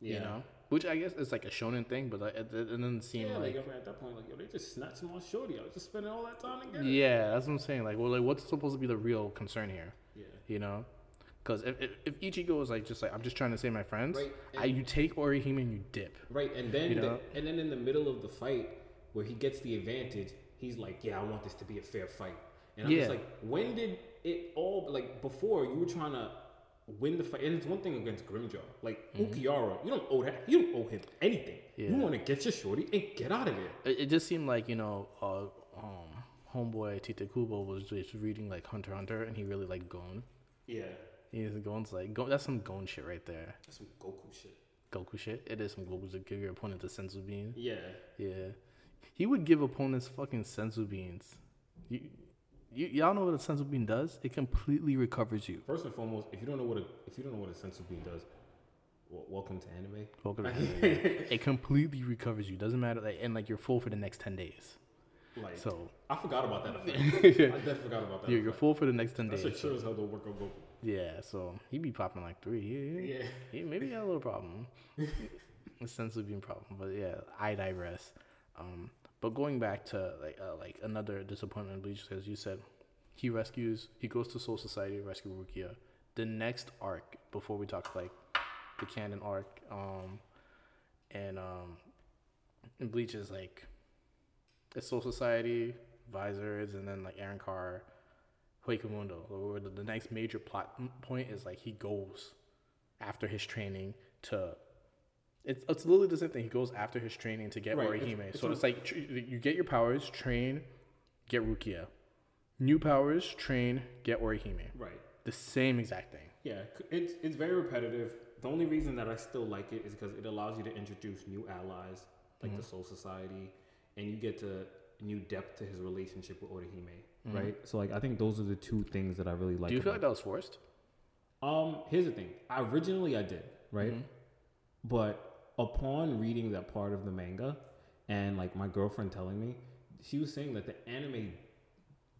Speaker 2: yeah.
Speaker 1: you know, which I guess is like a shonen thing, but like, it, it doesn't seem
Speaker 2: Yeah, like,
Speaker 1: like,
Speaker 2: I mean, at that point, like, yo, they just snatched my shorty. I was just spending all that time together.
Speaker 1: yeah, that's what I'm saying. Like, well, like what's supposed to be the real concern here,
Speaker 2: Yeah.
Speaker 1: you know? Because if, if if Ichigo is like just like I'm just trying to save my friends,
Speaker 2: Right,
Speaker 1: I, you take Orihime and you dip.
Speaker 2: Right, and then
Speaker 1: You
Speaker 2: the-
Speaker 1: know?
Speaker 2: and then in the middle of the fight where he gets the advantage, he's like, "Yeah, I want this to be a fair fight." And I'm just
Speaker 1: Yeah.
Speaker 2: like, "When did it all like before you were trying to win the fight?" And it's one thing against Grimjaw, like Ukiara, you don't owe that. You don't owe him anything. You
Speaker 1: Mm-hmm. Yeah.
Speaker 2: want to get your shorty and get out of there.
Speaker 1: It, it just seemed like you know, uh, um, homeboy Tite Kubo was just reading like Hunter x Hunter, and he really liked Gon.
Speaker 2: Yeah,
Speaker 1: He's Gon's like Gon, that's some Gon shit right there.
Speaker 2: that's some Goku shit.
Speaker 1: Goku shit. It is some Goku to give your opponent the senzu bean.
Speaker 2: Yeah,
Speaker 1: Yeah, he would give opponents fucking sensu beans. You, you y'all know what a sensu bean does? It completely recovers you.
Speaker 2: first and foremost, if you don't know what a if you don't know what a sensu bean does, w- welcome to anime.
Speaker 1: Welcome to anime. it completely recovers you. Doesn't matter, like, and like you're full for the next ten days.
Speaker 2: Like,
Speaker 1: So
Speaker 2: I forgot
Speaker 1: [laughs]
Speaker 2: about that. Effect. I definitely forgot about that.
Speaker 1: you're, you're
Speaker 2: effect.
Speaker 1: full for the next ten
Speaker 2: That shit
Speaker 1: days.
Speaker 2: sure as hell don't work on Goku.
Speaker 1: Yeah. So he be popping like three. Yeah.
Speaker 2: Yeah.
Speaker 1: He maybe he got a little problem. a sensu bean problem, but yeah, I digress. Um, but going back to like uh, like another disappointment in Bleach, as you said, he rescues, he goes to Soul Society, to rescue Rukia. The next arc, before we talk like the canon arc, um, and um, and Bleach is like it's Soul Society, Visors, and then like Aaron Carr, Huecamundo. Where the, the next major plot m- point is like he goes after his training to. It's, it's literally the same thing. He goes after his training to get
Speaker 2: Right, it's-
Speaker 1: Orihime.
Speaker 2: it's
Speaker 1: so
Speaker 2: not-
Speaker 1: it's like tr- you get your powers, train, get Rukia. New powers, train, get Orihime.
Speaker 2: Right.
Speaker 1: The same exact thing.
Speaker 2: Yeah, c- it's it's very repetitive. The only reason that I still like it is because it allows you to introduce new allies like
Speaker 1: Mm-hmm.
Speaker 2: the Soul Society, and you get to new depth to his relationship with Orihime. Right. So like, I think those are the two things that I really like.
Speaker 1: Mm-hmm. Do you feel like
Speaker 2: about-
Speaker 1: that was forced?
Speaker 2: um, here's the thing. I originally I did right,
Speaker 1: Mm-hmm.
Speaker 2: but upon reading that part of the manga, and like my girlfriend telling me, she was saying that the anime,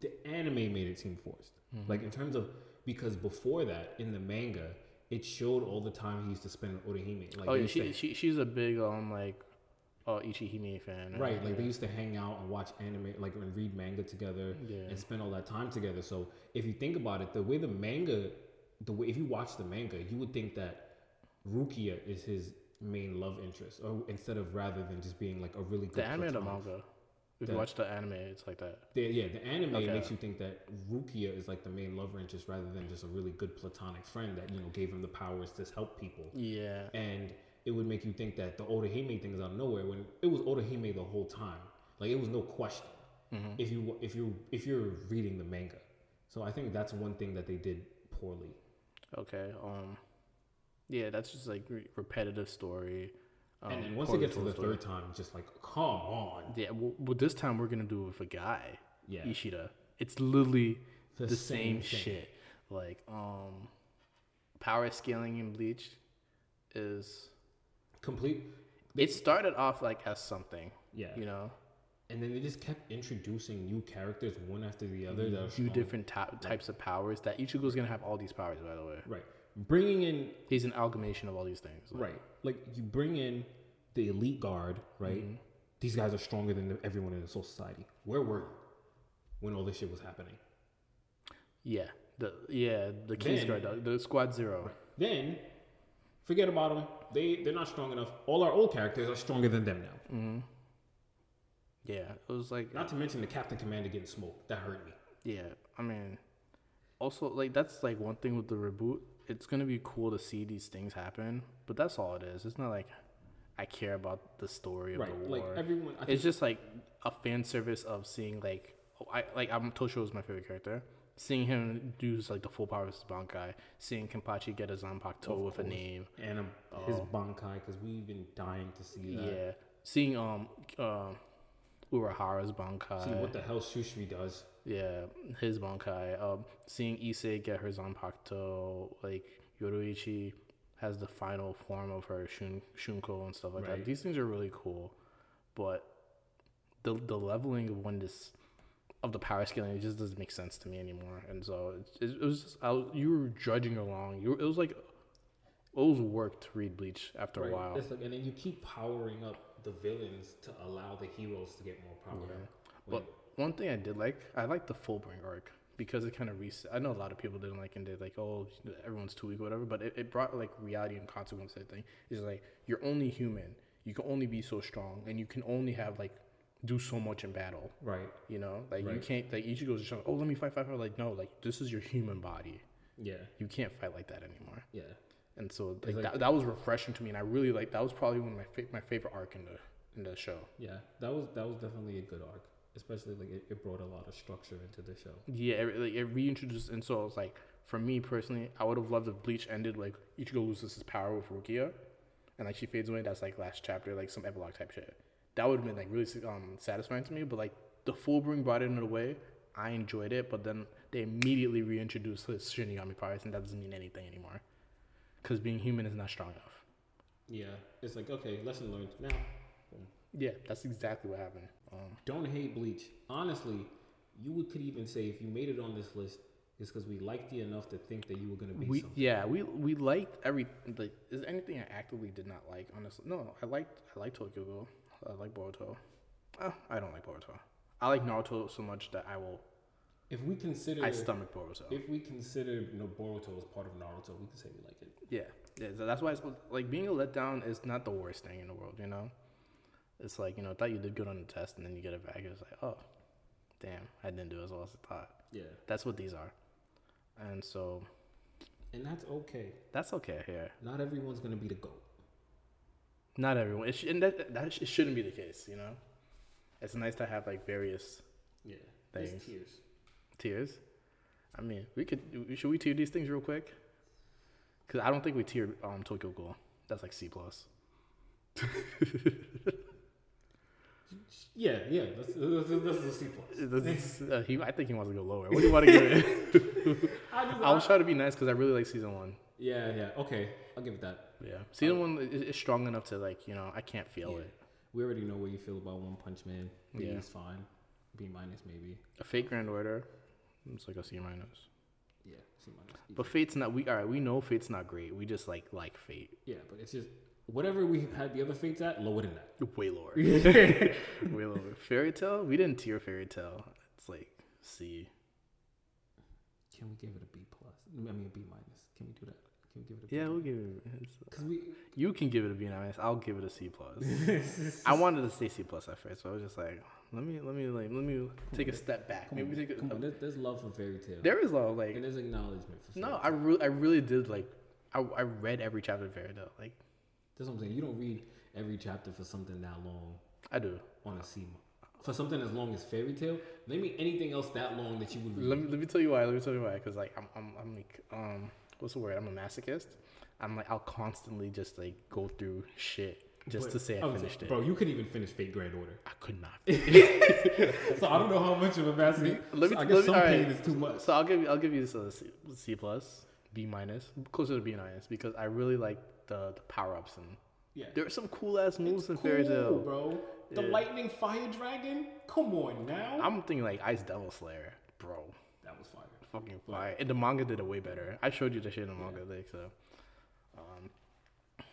Speaker 2: the anime made it seem forced.
Speaker 1: Mm-hmm.
Speaker 2: Like in terms of because before that in the manga, it showed all the time he used to spend with Orihime. Like
Speaker 1: Oh
Speaker 2: they
Speaker 1: yeah,
Speaker 2: used
Speaker 1: she,
Speaker 2: to-
Speaker 1: she she's a big um like, oh Ichihime fan. and-
Speaker 2: Right, like they used to hang out and watch anime, like and read manga together,
Speaker 1: Yeah.
Speaker 2: and spend all that time together. So if you think about it, the way the manga, the way if you watch the manga, you would think that Rukia is his main love interest, or instead of rather than just being like a really good
Speaker 1: the anime or the
Speaker 2: platonic-
Speaker 1: manga. If you watch the anime, it's like that.
Speaker 2: The- yeah, the anime
Speaker 1: Okay.
Speaker 2: makes you think that Rukia is like the main love interest rather than just a really good platonic friend that you know gave him the powers to help people
Speaker 1: Yeah,
Speaker 2: and it would make you think that the Orihime thing is out of nowhere when it was Orihime the whole time. Like it was no question
Speaker 1: Mm-hmm.
Speaker 2: if you if you if you're reading the manga. So I think that's one thing that they did poorly.
Speaker 1: Okay. Um, yeah, that's just like re- repetitive story. Um,
Speaker 2: and then once it
Speaker 1: poorly
Speaker 2: gets to
Speaker 1: told
Speaker 2: the
Speaker 1: story.
Speaker 2: third time, just like come on,
Speaker 1: yeah. Well, well, this time we're gonna do it with a guy.
Speaker 2: Yeah.
Speaker 1: Ishida. It's literally
Speaker 2: The
Speaker 1: the,
Speaker 2: same
Speaker 1: same,
Speaker 2: thing.
Speaker 1: shit. Like, um, power scaling in Bleach is
Speaker 2: complete.
Speaker 1: it started off like as something.
Speaker 2: Yeah.
Speaker 1: You know,
Speaker 2: And then they just kept introducing new characters one after the other. That are
Speaker 1: two
Speaker 2: strong.
Speaker 1: different ty- types of powers that Ichigo's gonna have all these powers. By the way,
Speaker 2: Right, bringing in
Speaker 1: he's an amalgamation of all these things. Like, Mm-hmm.
Speaker 2: Right. Like you bring in the elite guard, right? these guys are stronger than everyone in the Soul Society. Where were you when all this shit was happening?
Speaker 1: Yeah. The yeah the King's
Speaker 2: Then-
Speaker 1: Guard dog, the Squad Zero.
Speaker 2: Then, forget about them. They they're not strong enough. All our old characters are stronger than them now.
Speaker 1: Yeah, it was like
Speaker 2: Not to mention the Captain Commander getting smoked. That hurt me.
Speaker 1: yeah. I mean, also like that's like one thing with the reboot. It's gonna be cool to see these things happen, but that's all it is. It's not like I care about the story of
Speaker 2: Right.
Speaker 1: the war.
Speaker 2: Like everyone. I think,
Speaker 1: it's just like a fan service of seeing like oh, I like I'm Toshio is my favorite character. Seeing him do his, like the full power of his Bankai, seeing Kenpachi get his Zanpakuto with a name,
Speaker 2: and um, his Bankai because we've been dying to see that.
Speaker 1: yeah. Seeing um um Urahara's Bankai,
Speaker 2: See what the hell Shushmi does.
Speaker 1: yeah, his Bankai. Um, seeing Issei get her Zanpakuto, like Yoruichi has the final form of her shun, Shunko and stuff like
Speaker 2: Right.
Speaker 1: that. These things are really cool, but the the leveling of when this of the power scaling it just doesn't make sense to me anymore. And so it, it, it was just I was, you were drudging along. You were, it was like it was work to read Bleach after a while.
Speaker 2: It's like, and then you keep powering up the villains to allow the heroes to get more power.
Speaker 1: But one thing I did like, I liked the Fullbring arc because it kind of reset. I know a lot of people didn't like and they like, oh, everyone's too weak or whatever, but it, it brought like reality and consequence to the thing. It's just like, you're only human. You can only be so strong and you can only have like, do so much in battle.
Speaker 2: Right.
Speaker 1: You know, like you can't, like Ichigo's just like, oh, let me fight, fight, fight. Like, no, like this is your human body.
Speaker 2: Yeah.
Speaker 1: You can't fight like that anymore.
Speaker 2: Yeah.
Speaker 1: And so like, that, that was refreshing to me. And I really like, that was probably one of my, fa- my favorite arc in the, in the show.
Speaker 2: Yeah. That was that was definitely a good arc. Especially like it, it brought a lot of structure into the show.
Speaker 1: Yeah, it, like it reintroduced, and so it's like for me personally, I would have loved if Bleach ended like Ichigo loses his power with Rukia, and like she fades away. That's like last chapter, like some epilogue type shit. That would have been like really um satisfying to me. But like the full bring brought it in a way, I enjoyed it. But then they immediately reintroduced his Shinigami powers, and that doesn't mean anything anymore, because being human is not strong enough.
Speaker 2: Yeah. It's like okay, lesson learned. Now, boom.
Speaker 1: Yeah, that's exactly what happened. Um,
Speaker 2: don't hate Bleach. Honestly, you would, could even say if you made it on this list, it's because we liked you enough to think that you were gonna be
Speaker 1: we
Speaker 2: something.
Speaker 1: yeah we we liked every like is there anything I actively did not like honestly no I liked I liked Tokyo Ghoul I like Boruto uh, I don't like Boruto I like Naruto so much that I will
Speaker 2: If we consider
Speaker 1: I stomach Boruto
Speaker 2: if we consider you know, Boruto as part of Naruto, we could say we like it.
Speaker 1: yeah yeah so that's why it's like being a letdown is not the worst thing in the world you know it's like you know I thought you did good on the test and then you get it back it's like oh damn I didn't do as well as I thought
Speaker 2: Yeah.
Speaker 1: that's what these are and so
Speaker 2: And that's okay.
Speaker 1: that's okay here
Speaker 2: Not everyone's gonna be the GOAT.
Speaker 1: not everyone it sh- and that, that sh- it shouldn't be the case you know it's nice to have like various
Speaker 2: Yeah.
Speaker 1: There's
Speaker 2: There's tears.
Speaker 1: tiers i mean we could should we tier these things real quick because i don't think we tiered um tokyo ghoul that's like c plus
Speaker 2: Yeah, yeah. That's [laughs] that's, that's the C plus.
Speaker 1: This is- [laughs] uh, he, i think he wants to go lower what do you want to give [laughs] it
Speaker 2: I just,
Speaker 1: i'll try to be nice because i really like season one
Speaker 2: yeah, yeah. Okay, I'll give it that.
Speaker 1: yeah season one i- is, strong enough to like you know i can't feel it
Speaker 2: We already know what you feel about One Punch Man. B
Speaker 1: Yeah.
Speaker 2: is fine. B minus maybe.
Speaker 1: a fake grand order it's like a c minus
Speaker 2: Yeah, C minus.
Speaker 1: but fate's not we all right we know fate's not great we just like like fate
Speaker 2: Yeah, but it's just whatever we had the other fates at, lower
Speaker 1: [laughs]
Speaker 2: than that.
Speaker 1: Way lower. Way lower. Fairy tale? We didn't tier fairy tale. It's like C.
Speaker 2: Can we give it a B plus? I mean a B minus. Can we do that? Can we give it a B?
Speaker 1: Yeah, we'll give it. it's-
Speaker 2: Because we
Speaker 1: You can give it a B minus. I'll give it a C
Speaker 2: [laughs]
Speaker 1: plus. I wanted to say C plus at first, but I was just like, let me, let me, like, let me take a step back. Maybe take
Speaker 2: come
Speaker 1: a.
Speaker 2: on, there's, there's love for fairy tale.
Speaker 1: There is love,
Speaker 2: and
Speaker 1: like
Speaker 2: there's acknowledgement for
Speaker 1: no,
Speaker 2: fairy
Speaker 1: I really, I really did like, I, I read every chapter of fairy tale. Like
Speaker 2: That's what I'm saying. You don't read every chapter for something that long
Speaker 1: I do.
Speaker 2: on a SEMA. For something as long as Fairy Tale, maybe anything else that long that you would read.
Speaker 1: Let me, let me tell you why. Let me tell you why. Because like I'm, I'm, I'm like um, what's the word? I'm a masochist. I'm like I'll constantly just like go through shit just to say I
Speaker 2: I'm
Speaker 1: finished
Speaker 2: saying,
Speaker 1: it.
Speaker 2: Bro, you couldn't even finish Fate Grand Order.
Speaker 1: I could not.
Speaker 2: so I don't know how much of a master.
Speaker 1: Let me.
Speaker 2: I
Speaker 1: let
Speaker 2: guess
Speaker 1: me-
Speaker 2: some
Speaker 1: all
Speaker 2: pain
Speaker 1: right.
Speaker 2: is too much.
Speaker 1: So I'll give you. I'll give you this uh, C, C plus, B minus, closer to B minus because I really like the, the power ups and
Speaker 2: Yeah.
Speaker 1: there are some cool ass moves in Fairy
Speaker 2: Cool,
Speaker 1: Tale.
Speaker 2: bro. The Lightning Fire Dragon? Come on now.
Speaker 1: I'm thinking like Ice Devil Slayer, bro,
Speaker 2: That was fire.
Speaker 1: fucking fire. And the manga did it way better. I showed you the shit in the manga, like so. Um,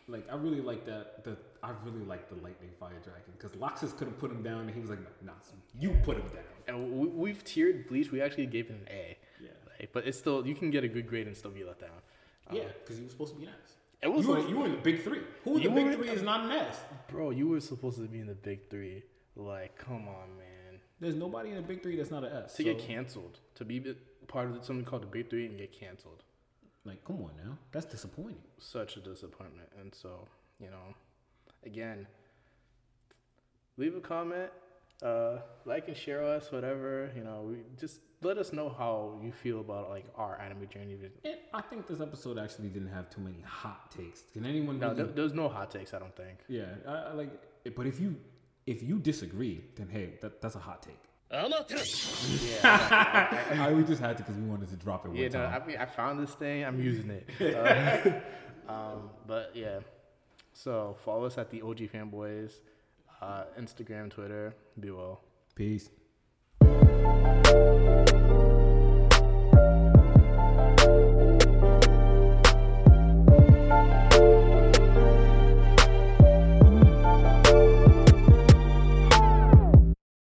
Speaker 2: Like I really like that. The I really like the lightning fire dragon because Loxus could have put him down, and he was like, "Nah, you put him down."
Speaker 1: And we, we've tiered Bleach. We actually gave it an A.
Speaker 2: Yeah,
Speaker 1: Like, but it's still you can get a good grade and still be let down. Um,
Speaker 2: yeah, because he was supposed to be an ass.
Speaker 1: It was
Speaker 2: you, were,
Speaker 1: like-
Speaker 2: you were in the big three. Who in the
Speaker 1: You were
Speaker 2: big
Speaker 1: in
Speaker 2: three is not an ass?
Speaker 1: Bro, you were supposed to be in the big three. Like, come on, man.
Speaker 2: There's nobody in the big three that's not an ass.
Speaker 1: To
Speaker 2: so,
Speaker 1: get canceled, to be b- part of something called the big three and get canceled,
Speaker 2: like, come on now, that's disappointing.
Speaker 1: such a disappointment. And so, you know, again, leave a comment, uh, like and share us, whatever. You know, we just let us know how you feel about like our anime journey.
Speaker 2: And I think this episode actually didn't have too many hot takes. Can anyone?
Speaker 1: No,
Speaker 2: really-
Speaker 1: there, there's no hot takes, I don't
Speaker 2: [laughs]
Speaker 1: think.
Speaker 2: yeah, I, I like. But if you if you disagree, then hey, that, that's a hot take.
Speaker 1: Yeah.
Speaker 2: I we just had to because we wanted to drop it
Speaker 1: [laughs]
Speaker 2: one
Speaker 1: Yeah, no,
Speaker 2: time.
Speaker 1: I, mean, I found this thing. I'm using
Speaker 2: [laughs]
Speaker 1: it. Uh, um, but yeah, so follow us at the OG Fanboys, uh, Instagram, Twitter, be well.
Speaker 2: Peace.